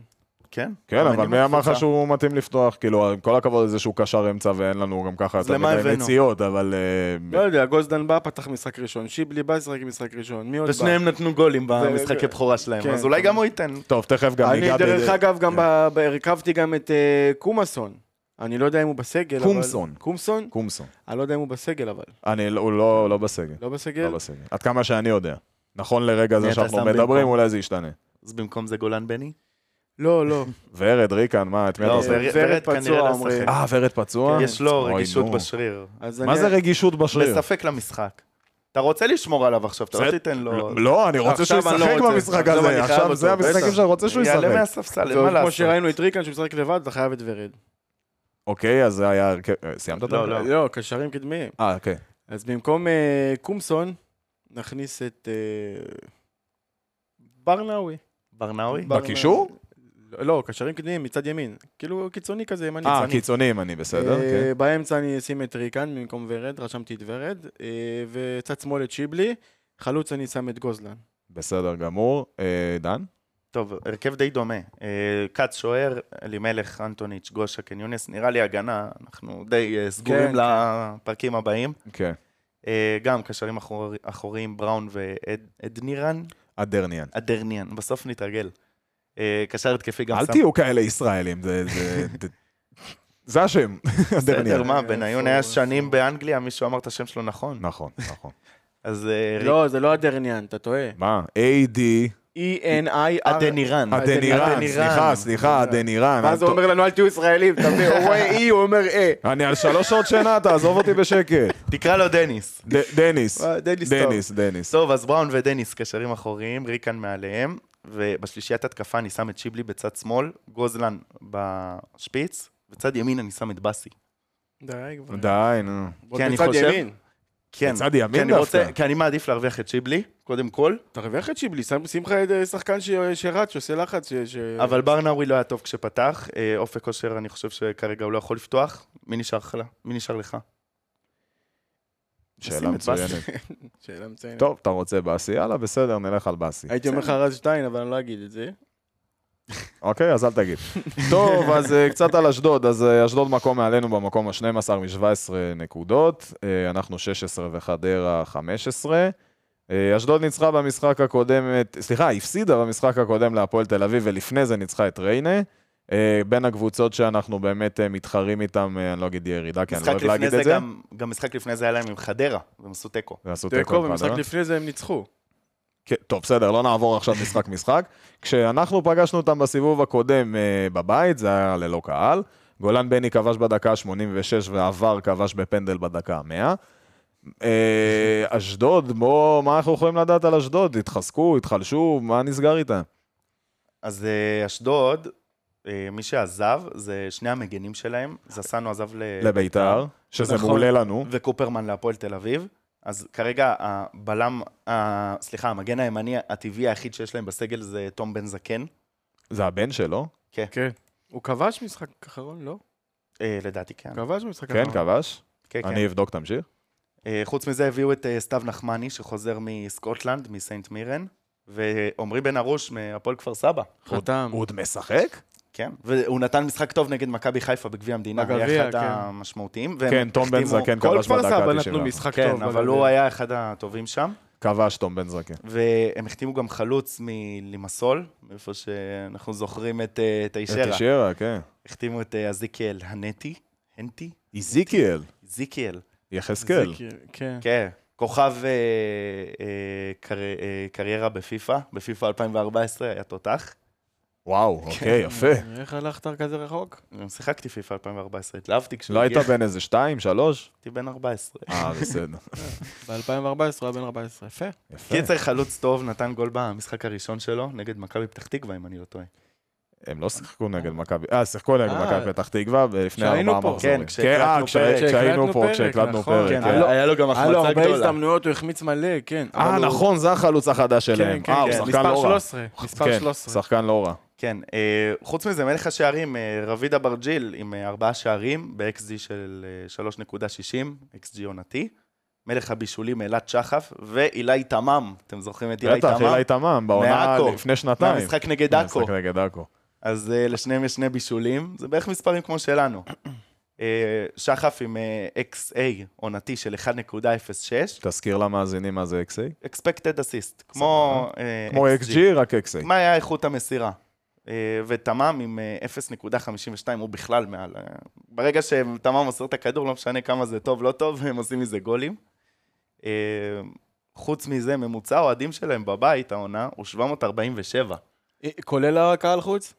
B: כן?
A: כן, אבל
B: אמנים
A: מי אמר לך
B: מהקבוצה.
A: שהוא מתאים לפתוח? כאילו, עם כל הכבוד לזה שהוא קשר אמצע ואין לנו גם ככה
B: אז
A: יותר
B: למה
A: מדי
B: הבאנו?
A: מציאות, אבל... אה,
C: לא יודע, גוזדן בא, פתח משחק ראשון, שיבלי בא, שיחק משחק ראשון, מי עוד בא?
B: ושניהם נתנו גולים במשחקי
C: זה-
B: בכורה שלהם,
C: כן.
B: אז אולי גם הוא ייתן.
A: טוב, תכף גם
C: אני
A: ניגע
C: דרך
A: ב-
C: אגב גם
A: כן.
C: ב- ב- הרכבתי גם את אה, קומאסון. אני לא יודע אם הוא בסגל, אבל...
A: קומסון.
C: קומסון?
A: קומסון.
C: אני לא יודע אם הוא בסגל, אבל.
A: אני, לא- הוא לא לא בסגל.
C: לא בסגל?
A: לא בסגל. עד כמה שאני יודע. נכון לרגע
B: מי
A: זה
B: כן. אתה
A: שאנחנו
B: שם
A: מדברים,
B: במקום?
A: אולי זה ישתנה.
B: אז במקום זה גולן בני?
C: לא, לא.
A: ורד, ריקן, מה, את מי
B: לא,
A: אתה עושה?
B: ורד-
C: ורד
B: ורד
C: פצוע,
B: כנראה לא
C: אומרים.
B: ישחק.
A: אה, ורד פצוע?
B: יש לו
A: אוי,
B: רגישות
A: נו.
B: בשריר.
C: אז
A: מה
C: אני-
A: זה רגישות בשריר?
B: בספק למשחק. אתה רוצה לשמור עליו עכשיו, אתה לא
A: בסדר.
B: תיתן לו...
A: לא, אני רוצה שהוא
B: עכשיו אני לא
A: ישחק
B: רוצה.
A: במשחק
B: עכשיו
A: הזה.
B: אני חייב
A: עכשיו
B: אותו,
A: זה המשחקים
B: בטח.
A: שאני רוצה שהוא
B: יעלה
A: ישחק.
B: מהספסל,
C: טוב,
B: אין מה
C: כמו
B: לעשות.
C: שראינו את ריקן שמשחק לבד, אתה חייב את ורד.
A: אוקיי, אז זה היה... הרכב- אה, סיימת את
B: לא,
A: ההרכב?
B: לא.
C: לא, קשרים קדמיים.
A: אה, אוקיי.
C: אז במקום אה, קומסון, נכניס את אה, ברנאווי.
B: ברנאוי?
C: בר-
A: בקישור?
C: לא, קשרים קדמיים מצד ימין. כאילו קיצוני כזה, ימני.
A: אה,
C: יצרני.
A: קיצוני ימני, בסדר,
C: אה,
A: כן.
C: באמצע אני אשים את ריקן במקום ורד, רשמתי את ורד, אה, וצד שמאל את שיבלי, חלוץ אני שם את גוזלן.
A: בסדר גמור. אה, דן?
B: טוב, הרכב די דומה. אה, כץ שוער, אלימלך, אנטוניץ', גושה, קניונס, נראה לי הגנה, אנחנו די אה, סגורים
C: כן.
B: לפרקים הבאים.
A: כן.
B: אה, גם קשרים אחור- אחוריים, בראון ואדנירן,
A: אדרניאן.
B: אדרניאן, בסוף נתרגל. אה, קשר התקפי גם
A: אל
B: שם.
A: תהיו כאלה ישראלים, זה... זה- זה- זה השם, אדרניאן.
B: בסדר, מה, בניון היה שנים באנגליה, מישהו אמר את השם שלו נכון.
A: נכון, נכון.
B: אז אה, ריק-
C: לא, זה לא אדרניאן, אתה טועה. E
A: מה? A.D.
C: E-N-I-R...
B: אדנירן.
C: אה,
A: אדנירן,
B: אדנירן.
A: סליחה, סליחה, אדנירן.
C: מה זה אומר לנו, אל תהיו ישראלים, תבין, הוא רואה E, הוא אומר אה.
A: אני על שלוש שעות שינה, תעזוב אותי בשקט.
B: תקרא לו דניס.
A: ד- דניס,
C: אה, דניס טוב.
A: דניס, דניס.
B: טוב, אז בראון ודניס קשרים אחוריים, ריקן מעליהם, ובשלישיית התקפה אני שם את שיבלי בצד שמאל, גוזלן בשפיץ, בצד ימין אני שם את באסי.
C: די, כבר.
A: די, נו.
B: כי אני
C: בצד
B: חושב-
C: ימין.
B: כן.
A: בצד
B: כי
A: ימין
B: אני רוצה-
A: דווקא.
B: כי אני מעדיף להרוויח את שיבלי, קודם כל,
C: תרוויח את שיבלי, שם שים לך איזה שחקן ש- שרץ, שעושה לחץ, ש... ש-
A: אה.
B: אבל ברנאווי לא היה טוב כשפתח, אה, אופק כושר אני חושב שכרגע הוא לא יכול לפתוח, מי נשאר לך? מי נשאר לך?
A: שאלה
C: כן,
B: נשים את
A: מצוינת.
C: שאלה מצוינת.
A: טוב, אתה רוצה באסי? יאללה, בסדר, נלך על באסי.
C: הייתי אומר לך רז שטיין, אבל אני לא אגיד את זה.
A: אוקיי, אז אל תגיד. טוב, אז אה, קצת על אשדוד. אז אה, אשדוד מקום מעלינו במקום ה-12 מ-17 נקודות. אה, אנחנו 16 וחדרה 15. אה, אשדוד ניצחה במשחק הקודם, את- סליחה, הפסידה במשחק הקודם להפועל תל אביב, ולפני זה ניצחה את ריינה. אה, בין הקבוצות שאנחנו באמת אה, מתחרים איתן, אה, אני לא אגיד ירידה, כי אני לא
B: משחק
A: אוהב
B: לפני
A: להגיד
B: זה
A: את זה.
B: גם, גם משחק לפני זה היה להם עם חדרה, והם עשו תיקו.
A: ועשו תיקו אה?
C: תיקו,
A: עם
C: במשחק
A: חדרה.
C: לפני זה הם ניצחו.
A: כן, טוב, בסדר, לא נעבור עכשיו משחק-משחק. כשאנחנו פגשנו אותם בסיבוב הקודם אה, בבית, זה היה ללא קהל. גולן בני כבש בדקה ה-86 ועבר כבש בפנדל בדקה ה-100. אה, אשדוד, בוא, מה אנחנו יכולים לדעת על אשדוד? התחזקו, התחלשו, מה נסגר איתם?
B: אז אה, אשדוד, אה, מי שעזב זה שני המגנים שלהם, זסנו עזב ל...
A: לביתר, שזה
B: אה, נכון.
A: מעולה לנו.
B: וקופרמן להפועל תל אביב. אז כרגע הבלם, ה... סליחה, המגן הימני הטבעי היחיד שיש להם בסגל זה תום בן זקן.
A: זה הבן שלו?
C: כן. הוא כבש משחק אחרון, לא?
B: אה, לדעתי כן.
C: כבש משחק
A: כן,
C: אחרון.
A: כבש?
B: כן, כן.
A: אני אבדוק, תמשיך.
B: אה, חוץ מזה הביאו את אה, סתיו נחמני, שחוזר מסקוטלנד, מסיינט מירן, ועמרי בן ארוש מהפועל כפר סבא.
C: חתם.
A: הוא עוד משחק?
B: כן, והוא נתן משחק טוב נגד מכבי חיפה בגביע המדינה,
C: בגביע,
B: היה אחד
C: כן.
B: המשמעותיים. והם
A: כן, תום בן
B: החתימו-
A: זקן
C: כל
A: כבש
C: כפר
A: בדקה
C: סבא
A: ה-90.
C: נתנו משחק טוב.
B: כן, אבל
C: בגביע.
B: הוא היה אחד הטובים שם,
A: כבש תום בן זקן.
B: והם החתימו גם חלוץ מלימסול, איפה שאנחנו זוכרים את אה,
A: את
B: תיישרה.
A: תשיירה, כן.
B: החתימו את אה, אזיקיאל הנטי, הנטי?
A: איזיקיאל,
B: אזיקיאל,
A: יחזקאל.
C: זיקי, כן.
B: כן. כוכב אה, אה, קר- אה, קריירה בפיפ"א, בפיפ"א 2014 היה תותח.
A: וואו, אוקיי, יפה.
C: איך הלכת כזה רחוק?
B: גם שיחקתי פיפ"א 2014, התלהבתי כשהוא
A: לא היית
B: הגיע.
A: בן איזה שתיים, שלוש?
B: הייתי בן 14.
A: אה, בסדר.
C: ב-2014 הוא היה בן 14. יפה.
A: יפה.
B: קיצר, חלוץ טוב, נתן גול במשחק הראשון שלו, נגד מכבי פתח תקווה, אם אני לא טועה.
A: הם לא שיחקו נגד מכבי, אה, שיחקו נגד
C: אה.
A: מכבי פתח תקווה לפני
C: כשהיינו
A: ארבעה
C: פה.
A: מחזורים.
B: כן, כשהקלטנו
A: אה,
B: פרק.
A: כשה- כשהיינו
C: כשהקלטנו
A: פה,
C: פרק,
A: כשהקלטנו
C: נכון.
A: פרק.
B: כן,
C: כן,
A: כן.
B: היה לו- היה לו גם
C: היה לו
B: החמצה
C: הרבה
B: גדולה.
C: הזדמנויות, הוא החמיץ מלא, כן.
A: אה,
C: אבל הוא-
A: נכון, זה החלוץ החדש שלהם.
C: כן, כן,
A: אה, הוא
C: כן.
A: שחקן
C: מספר
A: לא רע.
C: 13. מספר
A: כן,
C: 13.
A: שחקן לא רע.
B: כן, אה, חוץ מזה, מלך השערים, אה, רביד אברג'יל עם אה, ארבעה שערים, ב-XG של אה, 3.60, XG עונתי. מלך הבישולים אילת שחף, ואילי תמם, אתם זוכרים את אילי
A: בטח,
B: תמם?
A: אילי תמם, בעונה
B: מעכו.
A: לפני שנתיים. כן,
B: מהמשחק נגד עכו.
A: משחק נגד עכו.
B: אז אה, לשניהם יש שני בישולים, זה בערך מספרים כמו שלנו. אה, שחף עם אה, XA עונתי של 1.06,
A: תזכיר למאזינים מה זה XA?
B: expected assist, כמו אה,
A: כמו XG, רק XA.
B: מה היה איכות המסירה? אה, ותמ"מ עם אה, 0.52 הוא בכלל מעל. אה, ברגע שתמ"מ מוסר את הכדור, לא משנה כמה זה טוב, לא טוב, הם עושים מזה גולים. אה, חוץ מזה, ממוצע האוהדים שלהם בבית, העונה, הוא 747.
C: אה, כולל הקהל חוץ?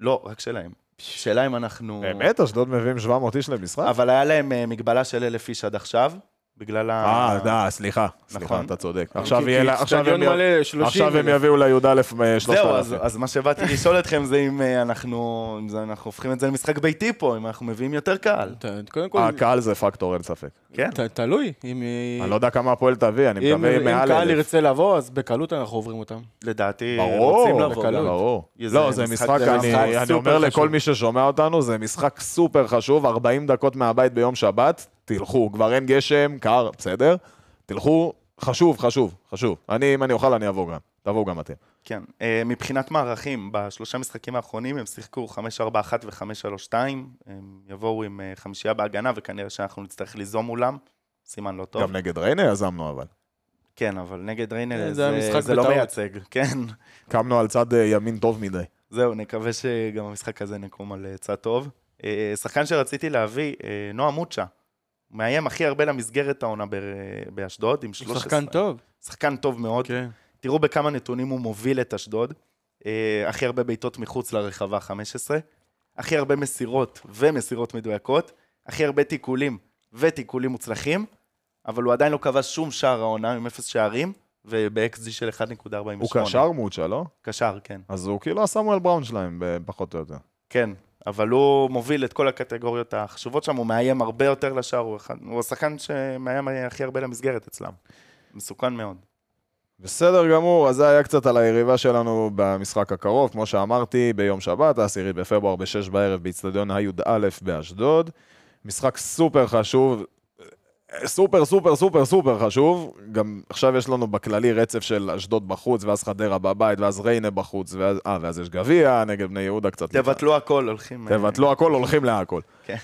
B: לא, רק שלהם. שאלה אם אנחנו...
A: באמת, אשדוד מביאים 700 איש למשחק?
B: אבל היה להם אה, מגבלה של אלף איש עד עכשיו, בגלל ה...
A: אה, דה, סליחה. סליחה,
B: נכון.
A: אתה צודק. עכשיו
C: כי-
A: יהיה
C: כי
A: לה- עכשיו
C: אצטדיון
A: הם יב-
C: מלא, 30.
A: עכשיו הם יביאו לי"א אה,
B: זהו, אז,
A: 3,000.
B: אז מה שבאתי לשאול אתכם זה אם אה, אנחנו, אם זה, אנחנו הופכים את זה למשחק ביתי פה, אם אנחנו מביאים יותר קהל.
C: ת- קודם כל,
A: הקהל זה פקטור, אין ספק.
B: כן.
C: ת- תלוי. אם
A: אה, אני לא יודע כמה הפועל תביא, אני
C: אם-
A: מקווה עם
C: אם
A: מעל
C: קהל
A: אלף.
C: ירצה לבוא, אז בקלות אנחנו עוברים אותם.
B: לדעתי, רוצים
A: ברור,
B: לבוא.
C: בקלות.
A: ברור.
B: זה
A: לא, זה
B: משחק-
A: משחק,
B: זה
A: אני-
B: משחק
A: אני
C: סופר
A: אומר לכל
C: חשוב.
A: מי ששומע אותנו, זה משחק סופר חשוב, 40 דקות מהבית ביום שבת, תלכו, כבר אין גשם, קר, בסדר? תלכו, חשוב, חשוב, חשוב. אני, אם אני אוכל, אני אבוא גם. תבואו גם אתם.
B: כן. אה, מבחינת מערכים, בשלושה משחקים האחרונים הם שיחקו 5-4-1 ו-5-3-2, הם יבואו עם אה, חמישייה בהגנה, וכנראה שאנחנו נצטרך ליזום מולם, סימן לא טוב.
A: גם נגד ריינה יזמנו, אבל.
B: כן, אבל נגד ריינר
C: כן,
B: זה,
C: זה היה
B: זה,
C: משחק
B: לא
C: בטעות.
B: מייצג, כן.
A: קמנו על צד אה, ימין טוב מדי.
B: זהו, נקווה שגם המשחק הזה נקום על אה, צד טוב. אה, שחקן שרציתי להביא, אה, נועה מוצ'ה, מאיים הכי הרבה למסגרת העונה ב- באשדוד, עם
C: הוא
B: 13.
C: שחקן טוב.
B: שחקן טוב מאוד.
C: כן.
B: תראו בכמה נתונים הוא מוביל את אשדוד. אה, הכי הרבה בעיטות מחוץ לרחבה 15, הכי הרבה מסירות ומסירות מדויקות, הכי הרבה תיקולים ותיקולים מוצלחים, אבל הוא עדיין לא כבש שום שער העונה עם אפס שערים, וב-XG של 1.48.
A: הוא קשר מוצ'ה, לא?
B: קשר, כן.
A: אז הוא כאילו הסמואל בראון שלהם, ב- פחות או יותר.
B: כן. אבל הוא מוביל את כל הקטגוריות החשובות שם, הוא מאיים הרבה יותר לשער, הוא, אחד, הוא השחקן שמאיים הכי הרבה למסגרת אצלם. מסוכן מאוד.
A: בסדר גמור, אז זה היה קצת על היריבה שלנו במשחק הקרוב, כמו שאמרתי, ביום שבת, העשירי בפברואר בשש בערב באיצטדיון הי"א באשדוד. משחק סופר חשוב, סופר סופר סופר סופר חשוב. גם עכשיו יש לנו בכללי רצף של אשדוד בחוץ, ואז חדרה בבית, ואז ריינה בחוץ, ואז, אה, ואז יש גביע נגד בני יהודה קצת.
B: תבטלו הכל, הולכים... אה,
A: תבטלו לא, הכל, הולכים להכל.
B: כן.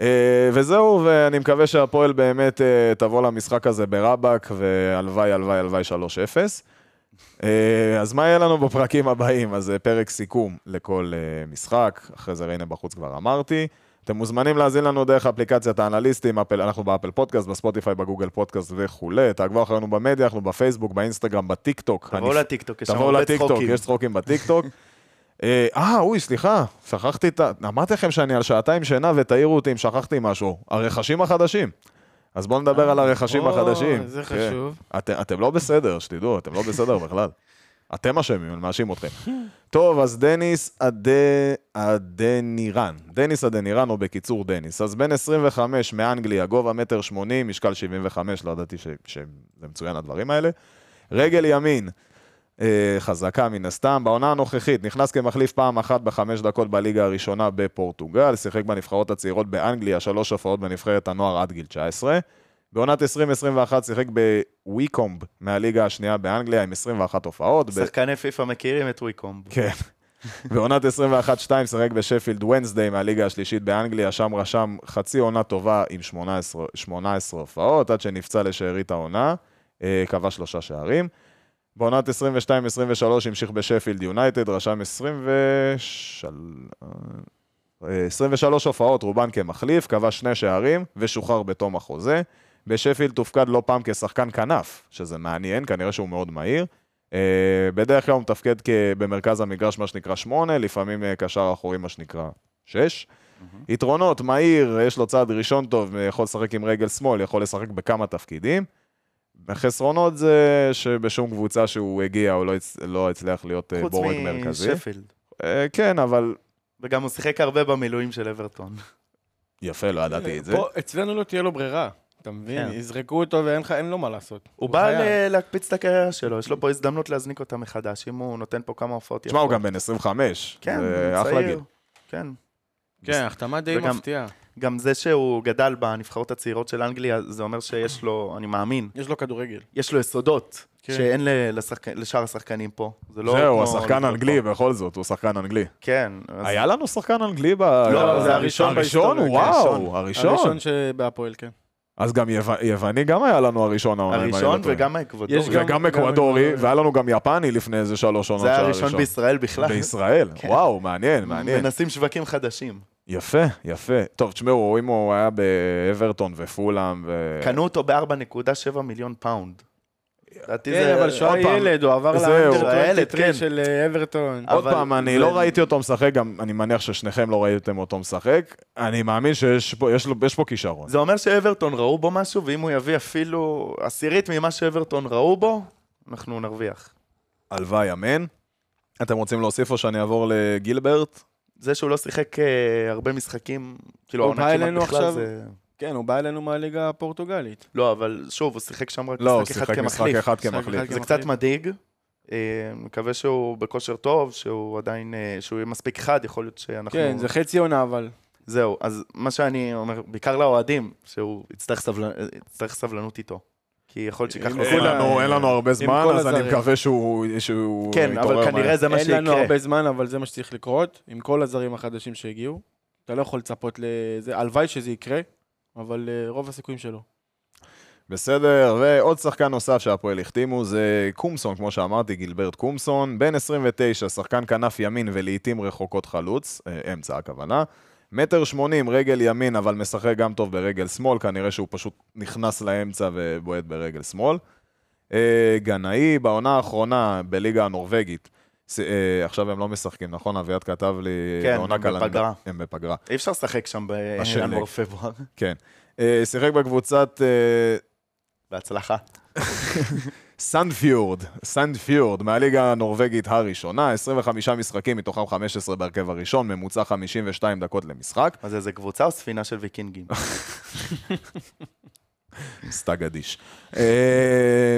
A: אה, וזהו, ואני מקווה שהפועל באמת אה, תבוא למשחק הזה ברבאק, והלוואי, הלוואי, הלוואי 3-0. אה, אז מה יהיה לנו בפרקים הבאים? אז אה, פרק סיכום לכל אה, משחק, אחרי זה ריינה בחוץ כבר אמרתי. אתם מוזמנים להאזין לנו דרך אפליקציית האנליסטים, אפל, אנחנו באפל פודקאסט, בספוטיפיי, בגוגל פודקאסט וכולי. תעקבו אחרינו במדיה, אנחנו בפייסבוק, באינסטגרם, בטיקטוק.
B: תבואו
A: הנפ-
B: לטיקטוק, יש שם
A: תבואו
B: הרבה
A: לטיקטוק,
B: צחוקים.
A: יש צחוקים בטיקטוק. אה, אה, אוי, סליחה, שכחתי את ה... אמרתי לכם שאני על שעתיים שינה ותעירו אותי אם שכחתי משהו. הרכשים החדשים. אז בואו נדבר על הרכשים
C: או,
A: החדשים.
C: אה, זה
A: כן.
C: חשוב.
A: אתם- אתם לא בסדר, שתדעו, אתם לא בסדר בכלל. אתם אשמים, אני מאשים אתכם. טוב, אז דניס אד... אדנירן. דניס אדנירן, או בקיצור דניס. אז בן 25 מאנגליה, גובה מטר 80, משקל 75, לא ידעתי ש- שזה מצוין הדברים האלה. רגל ימין, אה, חזקה מן הסתם. בעונה הנוכחית נכנס כמחליף פעם אחת בחמש דקות בליגה הראשונה בפורטוגל, שיחק בנבחרות הצעירות באנגליה, שלוש הופעות בנבחרת הנוער עד גיל 19. בעונת 2021 שיחק בוויקומב מהליגה השנייה באנגליה עם 21 הופעות. ב-
B: שחקני פיפא מכירים את ויקום.
A: כן. בעונת 21-2 שיחק בשפילד ונסדיי מהליגה השלישית באנגליה, שם רשם חצי עונה טובה עם 18, 18 הופעות, עד שנפצע לשארית העונה, אה, כבש שלושה שערים. בעונת 22-23 המשיך בשפילד יונייטד, רשם 23, אה, 23 הופעות, רובן כמחליף, כבש שני שערים ושוחרר בתום החוזה. בשפילד תופקד לא פעם כשחקן כנף, שזה מעניין, כנראה שהוא מאוד מהיר. אה, בדרך כלל הוא מתפקד כ- במרכז המגרש, מה שנקרא שמונה, לפעמים אה, קשר אחורי, מה שנקרא שש. יתרונות, מהיר, יש לו צעד ראשון טוב, אה, יכול לשחק עם רגל שמאל, יכול לשחק בכמה תפקידים. החסרונות זה שבשום קבוצה שהוא הגיע הוא לא, הצ... לא הצליח להיות אה,
B: חוץ
A: בורג מרכזי.
B: משפילד.
A: אה, כן, אבל
B: וגם הוא שיחק הרבה במילואים של אברטון.
A: יפה, לא ידעתי את זה.
C: פה אצלנו לא תהיה לו ברירה, אתה מבין?
B: כן.
C: יזרקו אותו ואין לך- אין לו מה לעשות.
B: הוא בא
C: חייב.
B: ל- להקפיץ את הקריירה שלו, יש לו פה הזדמנות להזניק אותה מחדש, אם הוא נותן פה כמה הופעות
A: תשמע, הוא גם בן 25.
B: כן,
A: זה
B: הוא
A: אחלה גיל.
B: צעיר. כן.
C: כן, החתמה די
B: וגם-
C: מפתיעה.
B: גם זה שהוא גדל בנבחרות הצעירות של אנגליה, זה אומר שיש לו, אני מאמין,
C: יש לו כדורגל.
B: יש לו יסודות
C: כן.
B: שאין ל- לשחק- לשאר השחקנים פה. זה לא
A: זהו,
B: כמו
A: השחקן
B: לבנות
A: האנגלי,
B: פה.
A: בכל זאת, הוא שחקן אנגלי.
B: כן. אז-
A: היה לנו שחקן אנגלי ב...
B: לא, זה
C: הראשון
A: הראשון,
C: בהיסטוריה, כן,
A: וואו, הראשון.
C: הראשון שבהפועל, כן.
A: אז גם יו- יווני גם היה לנו הראשון העונה. אם אני לא
B: הראשון
A: טועה.
B: וגם האקוודור.
C: יש
B: זה-
A: וגם
C: גם-
A: אקוודורי,
C: גם-
A: והיה לנו גם יפני לפני איזה שלוש עונות
B: זה היה
A: שהיה
B: הראשון בישראל בכלל.
A: בישראל,
B: כן.
A: וואו, מעניין, מעניין.
B: מנסים שווקים חדשים.
A: יפה, יפה. טוב, תשמעו, אם הוא היה באברטון ופולאם ו...
B: קנו אותו ב-4.7 מיליון פאונד. לדעתי
C: כן,
B: זה-
C: אבל שהוא
B: עוד פעם,
C: היה ילד, אה, הוא עבר
A: זהו.
C: לאנדר
B: שהוא היה ילד,
C: 23
B: כן.
C: של אה, אברטון.
A: עוד
B: אבל
A: פעם, אני
B: זה-
A: לא ראיתי אותו משחק, גם אני מניח ששניכם לא ראיתם אותו משחק. אני מאמין שיש פה- יש לו- יש פה כישרון.
B: זה אומר שאברטון ראו בו משהו, ואם הוא יביא אפילו עשירית ממה שאברטון ראו בו, אנחנו נרוויח.
A: הלוואי, אמן. אתם רוצים להוסיף או שאני אעבור לגילברט?
B: זה שהוא לא שיחק אה, הרבה משחקים, כאילו
C: הוא
B: העונה
C: בא
B: כמעט
C: אלינו
B: בכלל
C: עכשיו?
B: זה...
C: כן, הוא בא אלינו מהליגה הפורטוגלית.
B: לא, אבל שוב, הוא שיחק שם רק
A: לא, הוא
B: משחק אחד
A: שיחק משחק
B: כמחליף.
A: אחד
C: משחק
A: כמחליף.
C: אחד
B: זה
C: כמחליף.
B: קצת מדאיג. אה, מקווה שהוא בכושר טוב, שהוא עדיין, אה, שהוא יהיה מספיק חד, יכול להיות שאנחנו...
C: כן, זה חצי עונה אבל.
B: זהו, אז מה שאני אומר, בעיקר לאוהדים, שהוא יצטרך, סבלנ... יצטרך סבלנות איתו. כי יכול להיות שייקח לו
A: אין לנו, אין לנו הרבה זמן,
C: כל
A: אז אני
C: הזרים.
A: מקווה שהוא שהוא אה,
B: כן,
A: יתעורר
B: אבל
A: מהר.
B: כנראה זה מה
C: אין לנו
B: שיקרה.
C: הרבה זמן, אבל זה מה שצריך לקרות, עם כל הזרים החדשים שהגיעו. אתה לא יכול לצפות לזה, הלוואי שזה יקרה, אבל אה, רוב הסיכויים שלא.
A: בסדר, ועוד שחקן נוסף שהפועל החתימו זה קומסון, כמו שאמרתי, גילברט קומסון, בן 29, שחקן כנף ימין ולעיתים רחוקות חלוץ, אה, אמצע הכוונה. מטר שמונים, רגל ימין, אבל משחק גם טוב ברגל שמאל, כנראה שהוא פשוט נכנס לאמצע ובועט ברגל שמאל. אה, גנאי, בעונה האחרונה בליגה הנורבגית, ס- אה, עכשיו הם לא משחקים, נכון? אביעד כתב לי,
B: כן,
A: בעונה
B: הם
A: קלנדר-
B: בפגרה.
A: הם בפגרה.
B: אי אפשר לשחק שם
A: בשלג.
B: בינואר-פברואר.
A: כן. אה, שיחק בקבוצת אה,
B: בהצלחה.
A: סנדפיורד, סנדפיורד, מהליגה הנורבגית הראשונה, 25 משחקים, מתוכם 15 בהרכב הראשון, ממוצע 52 דקות למשחק,
B: מה זה, זה קבוצה או ספינה של ויקינגים?
A: סטאג אדיש. אה,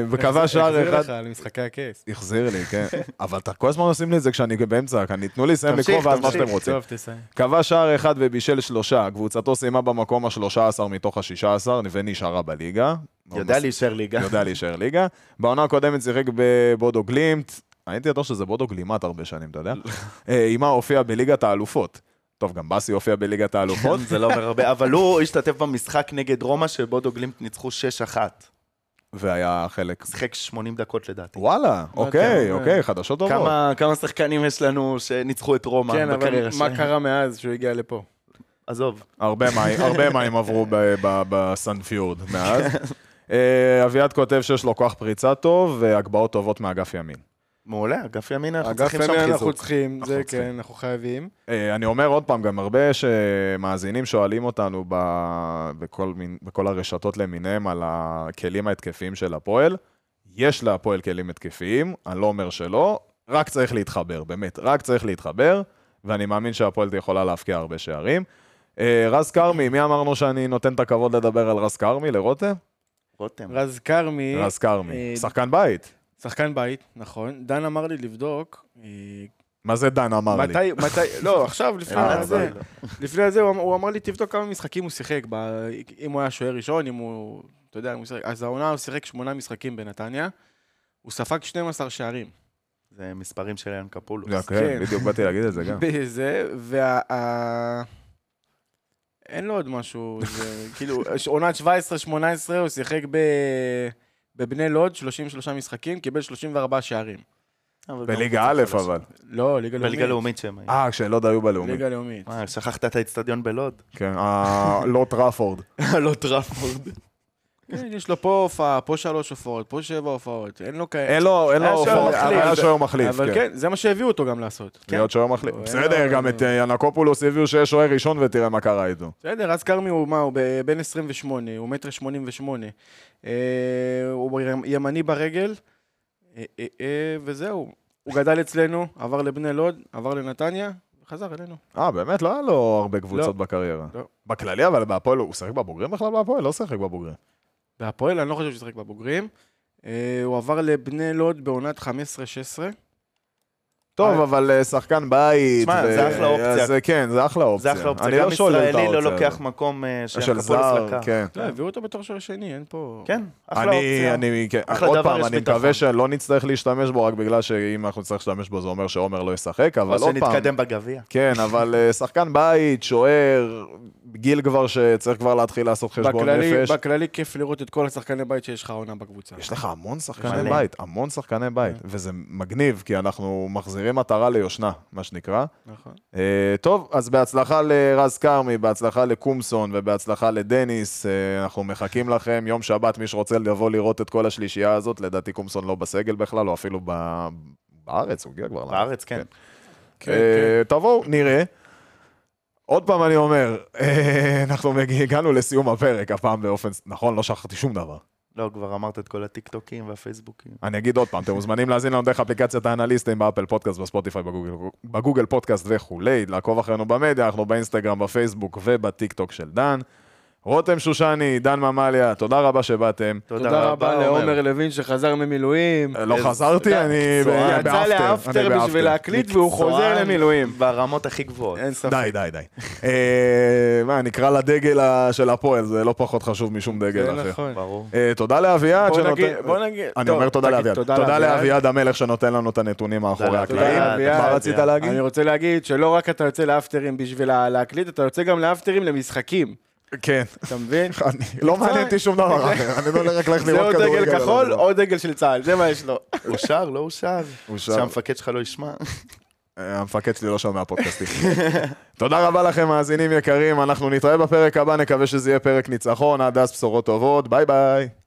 A: וכבש שער
C: החזיר
A: אחד...
C: לך למשחקי הכס.
A: החזיר לי, כן. אבל אתה כל הזמן עושים לי את זה כשאני באמצע, כאן, תנו לי לסיים
B: תמשיך,
A: לקרוא ואז מה
B: תמשיך.
A: שאתם רוצים.
C: טוב, תסיים.
A: כבש שער אחד ובישל שלושה, קבוצתו סיימה במקום ה-13 מתוך ה-16 ונשארה בליגה.
B: יודע להישאר ליגה.
A: יודע להישאר ליגה. בעונה הקודמת שיחק בבודו גלימט, הייתי בטוח שזה בודו גלימט הרבה שנים, אתה יודע? אה, עימה הופיע בליגת האלופות. טוב, גם באסי הופיע בליגת האלופות.
B: זה לא אומר הרבה, אבל הוא השתתף במשחק נגד רומא, שבודו גלימפט ניצחו 6-1.
A: והיה חלק...
B: שיחק 80 דקות לדעתי.
A: וואלה, אוקיי,
C: כן,
A: אוקיי, חדשות טובות.
B: כמה, כמה שחקנים יש לנו שניצחו את רומא
C: כן, אבל
B: בקריירה
C: מה
B: שלהם?
C: קרה מאז שהוא הגיע לפה?
B: עזוב.
A: הרבה מים- הרבה מים עברו ב- ב- בסנפיורד מאז. אה, אביעד כותב שיש לו כוח פריצה טוב והגבהות טובות מאגף ימין.
B: מעולה, אגף ימין אנחנו
C: אגף
B: צריכים שם
C: ימין אנחנו
B: חיזוק.
C: צריכים, זה
A: אנחנו צריכים.
C: כן, אנחנו חייבים.
A: אה, אני אומר עוד פעם, גם הרבה שמאזינים שואלים אותנו ב... בכל, מין... בכל הרשתות למיניהם על הכלים ההתקפיים של הפועל. יש להפועל כלים התקפיים, אני לא אומר שלא, רק צריך להתחבר, באמת, רק צריך להתחבר, ואני מאמין שהפועל יכולה להבקיע הרבה שערים. אה, רז כרמי, מי אמרנו שאני נותן את הכבוד לדבר על רז כרמי? לרותם?
B: רותם.
C: רז כרמי,
A: רז כרמי,
C: אה,
A: שחקן בית.
C: שחקן בית, נכון. דן אמר לי לבדוק. אה,
A: מה זה דן אמר לי?
C: מתי, מתי, לא, עכשיו, לפני
B: אה,
C: זה.
B: אבל-
C: לפני זה הוא אמ- הוא אמר לי, תבדוק כמה משחקים הוא שיחק, ב- אם הוא היה שוער ראשון, אם הוא... אתה יודע, אם הוא שיחק. אז העונה הוא שיחק שמונה משחקים בנתניה, הוא ספג 12 שערים.
B: זה מספרים של יאן קפולוס.
A: זה, כן,
C: כן.
A: בדיוק באתי להגיד את זה גם.
C: בזה, וה... ה- אין לו עוד משהו, זה כאילו, ש- עונת 17-18 הוא שיחק ב... בבני לוד 33 משחקים, קיבל 34 שערים.
B: אבל גם
A: בליגה
B: קבוצה
A: א'
B: חלשה.
A: אבל.
C: לא, ליגה לאומית.
B: בליגה לאומית שהם היו.
A: אה, כשלוד היו בלאומית.
C: ליגה לאומית.
B: אה, שכחת את האצטדיון בלוד.
A: כן, אה, לא טראפורד.
B: לא טראפורד.
C: כן, יש לו פה הופעה, פה שלוש הופעות, פה שבע הופעות, אין לו כאלה.
A: אין לו, אין לו,
C: היה שוער
A: הופעות,
C: מחליף.
A: אבל היה שוער מחליף,
C: אבל
A: כן.
C: כן, זה מה שהביאו אותו גם לעשות. כן.
A: להיות שוער מחליף.
C: לא, אין
A: בסדר,
C: לו-
A: גם את אה, ינקופולוס הביאו שיש שוער ראשון ותראה מה קרה איתו.
C: בסדר, אז כרמי הוא מה, הוא ב- בן 28, הוא מטר 88. אה, הוא יר- ימני ברגל, אה, אה, אה, וזהו. הוא גדל אצלנו, עבר לבני לוד, עבר לנתניה, חזר אלינו.
A: אה, באמת? לא היה לו הרבה קבוצות בקריירה.
C: לא.
A: בכללי, אבל בהפועל, הוא שיחק בבוגרים בכלל בהפועל? לא שיחק בבוגרים.
B: אה,
C: בהפועל, אני לא חושב שהוא שיחק בבוגרים. אה, הוא עבר לבני לוד בעונת 15-16.
A: טוב, אבל אה, שחקן בית.
B: שמע,
A: ו-
B: זה אחלה אופציה.
A: אז, אה, כן, זה אחלה אופציה.
B: זה אחלה אופציה.
A: אני לא
B: גם
A: שולל את
B: ישראלי לא
A: האופציה
B: לוקח
A: הזאת.
B: מקום אה, שיאן
A: של
B: קפולוס
A: זר,
B: לקח.
A: כן.
C: לא, הביאו אותו בתור שוער שני, אין פה...
B: כן, אחלה
A: אני,
B: אופציה.
A: אני, כן,
B: אחלה
A: עוד
B: דבר,
A: פעם,
B: יש
A: אני
B: ביטחון.
A: מקווה שלא נצטרך להשתמש בו, רק בגלל שאם אנחנו נצטרך להשתמש בו זה אומר שעומר לא ישחק, אבל
B: או
A: עוד פעם,
B: שנתקדם בגביע.
A: כן, אבל אה, שחקן בית, שוער, גיל כבר שצריך כבר להתחיל לעשות חשבון
C: בכללי,
A: נפש.
C: בכללי כיף לראות את כל השחקני בית שיש לך עונה בקבוצה.
A: יש לך המון שחקני
B: מלא.
A: בית, המון שחקני בית,
C: כן.
A: וזה מגניב, כי אנחנו מחזירים עטרה ליושנה, מה שנקרא.
C: נכון.
A: אה, טוב, אז בהצלחה לרז כרמי, בהצלחה לקומסון ובהצלחה לדניס. אה, אנחנו מחכים לכם. יום שבת, מי שרוצה לבוא לראות את כל השלישייה הזאת, לדעתי קומסון לא בסגל בכלל, או אפילו ב... בארץ, הוא הגיע כבר. לארץ.
B: בארץ, כן.
C: כן,
A: אה, תבואו, נראה. עוד פעם אני אומר, אה, אנחנו מגיע- הגענו לסיום הפרק, הפעם באופן... נכון, לא שכחתי שום דבר.
B: לא, כבר אמרת את כל הטיקטוקים והפייסבוקים.
A: אני אגיד עוד פעם, אתם מוזמנים להאזין לנו דרך אפליקציית האנליסטים באפל פודקאסט, בספוטיפיי, בגוגל, בגוגל פודקאסט וכולי, לעקוב אחרינו במדיה, אנחנו באינסטגרם, בפייסבוק ובטיקטוק של דן. רותם שושני, דן ממליה, תודה רבה שבאתם.
C: תודה רבה
B: עומר.
C: לעומר לוין שחזר ממילואים.
A: לא חזרתי, אני
C: הוא
A: ב-
C: יצא
A: באפטר, אני
C: לאפטר
A: באפטר.
C: בשביל להקליט והוא חוזר
B: מקצוען
C: למילואים.
B: ברמות הכי
A: כן.
B: גבוהות.
C: אין ספק.
A: די, די, די. אה, מה, נקרא לדגל ה- של הפועל, זה לא פחות חשוב משום
C: זה
A: דגל אחר.
C: נכון.
B: ברור.
A: אה, תודה לאביעד
C: בוא
A: שנותן...
C: נגיד, בוא נגיד.
A: אני
C: טוב,
A: אומר תודה
C: תגיד,
A: לאביעד. תודה לאביעד המלך שנותן לנו את הנתונים מאחורי
B: תודה
A: הקלעים.
C: לאביעד.
A: מה רצית
B: אני
A: להגיד?
C: אני רוצה להגיד שלא רק אתה יוצא לאפטרים בשביל ה- להקליט, אתה יוצא גם לאפטרים למשחקים.
A: כן.
C: אתה מבין?
A: אני, לא מעניין אותי שום דבר אחר, אני לא הולך ללכת
C: זה
A: לראות
C: או
A: כדורגל.
C: דגל
A: על
C: כחול
A: הדבר.
C: או דגל של צה"ל, זה מה יש לו.
B: אושר, לא אושר?
A: אושר.
B: שהמפקד שלך לא ישמע?
A: אה, המפקד שלי לא שומע פודקאסטים. תודה רבה לכם, מאזינים יקרים, אנחנו נתראה בפרק הבא, נקווה שזה יהיה פרק ניצחון, עד אז בשורות טובות, ביי ביי.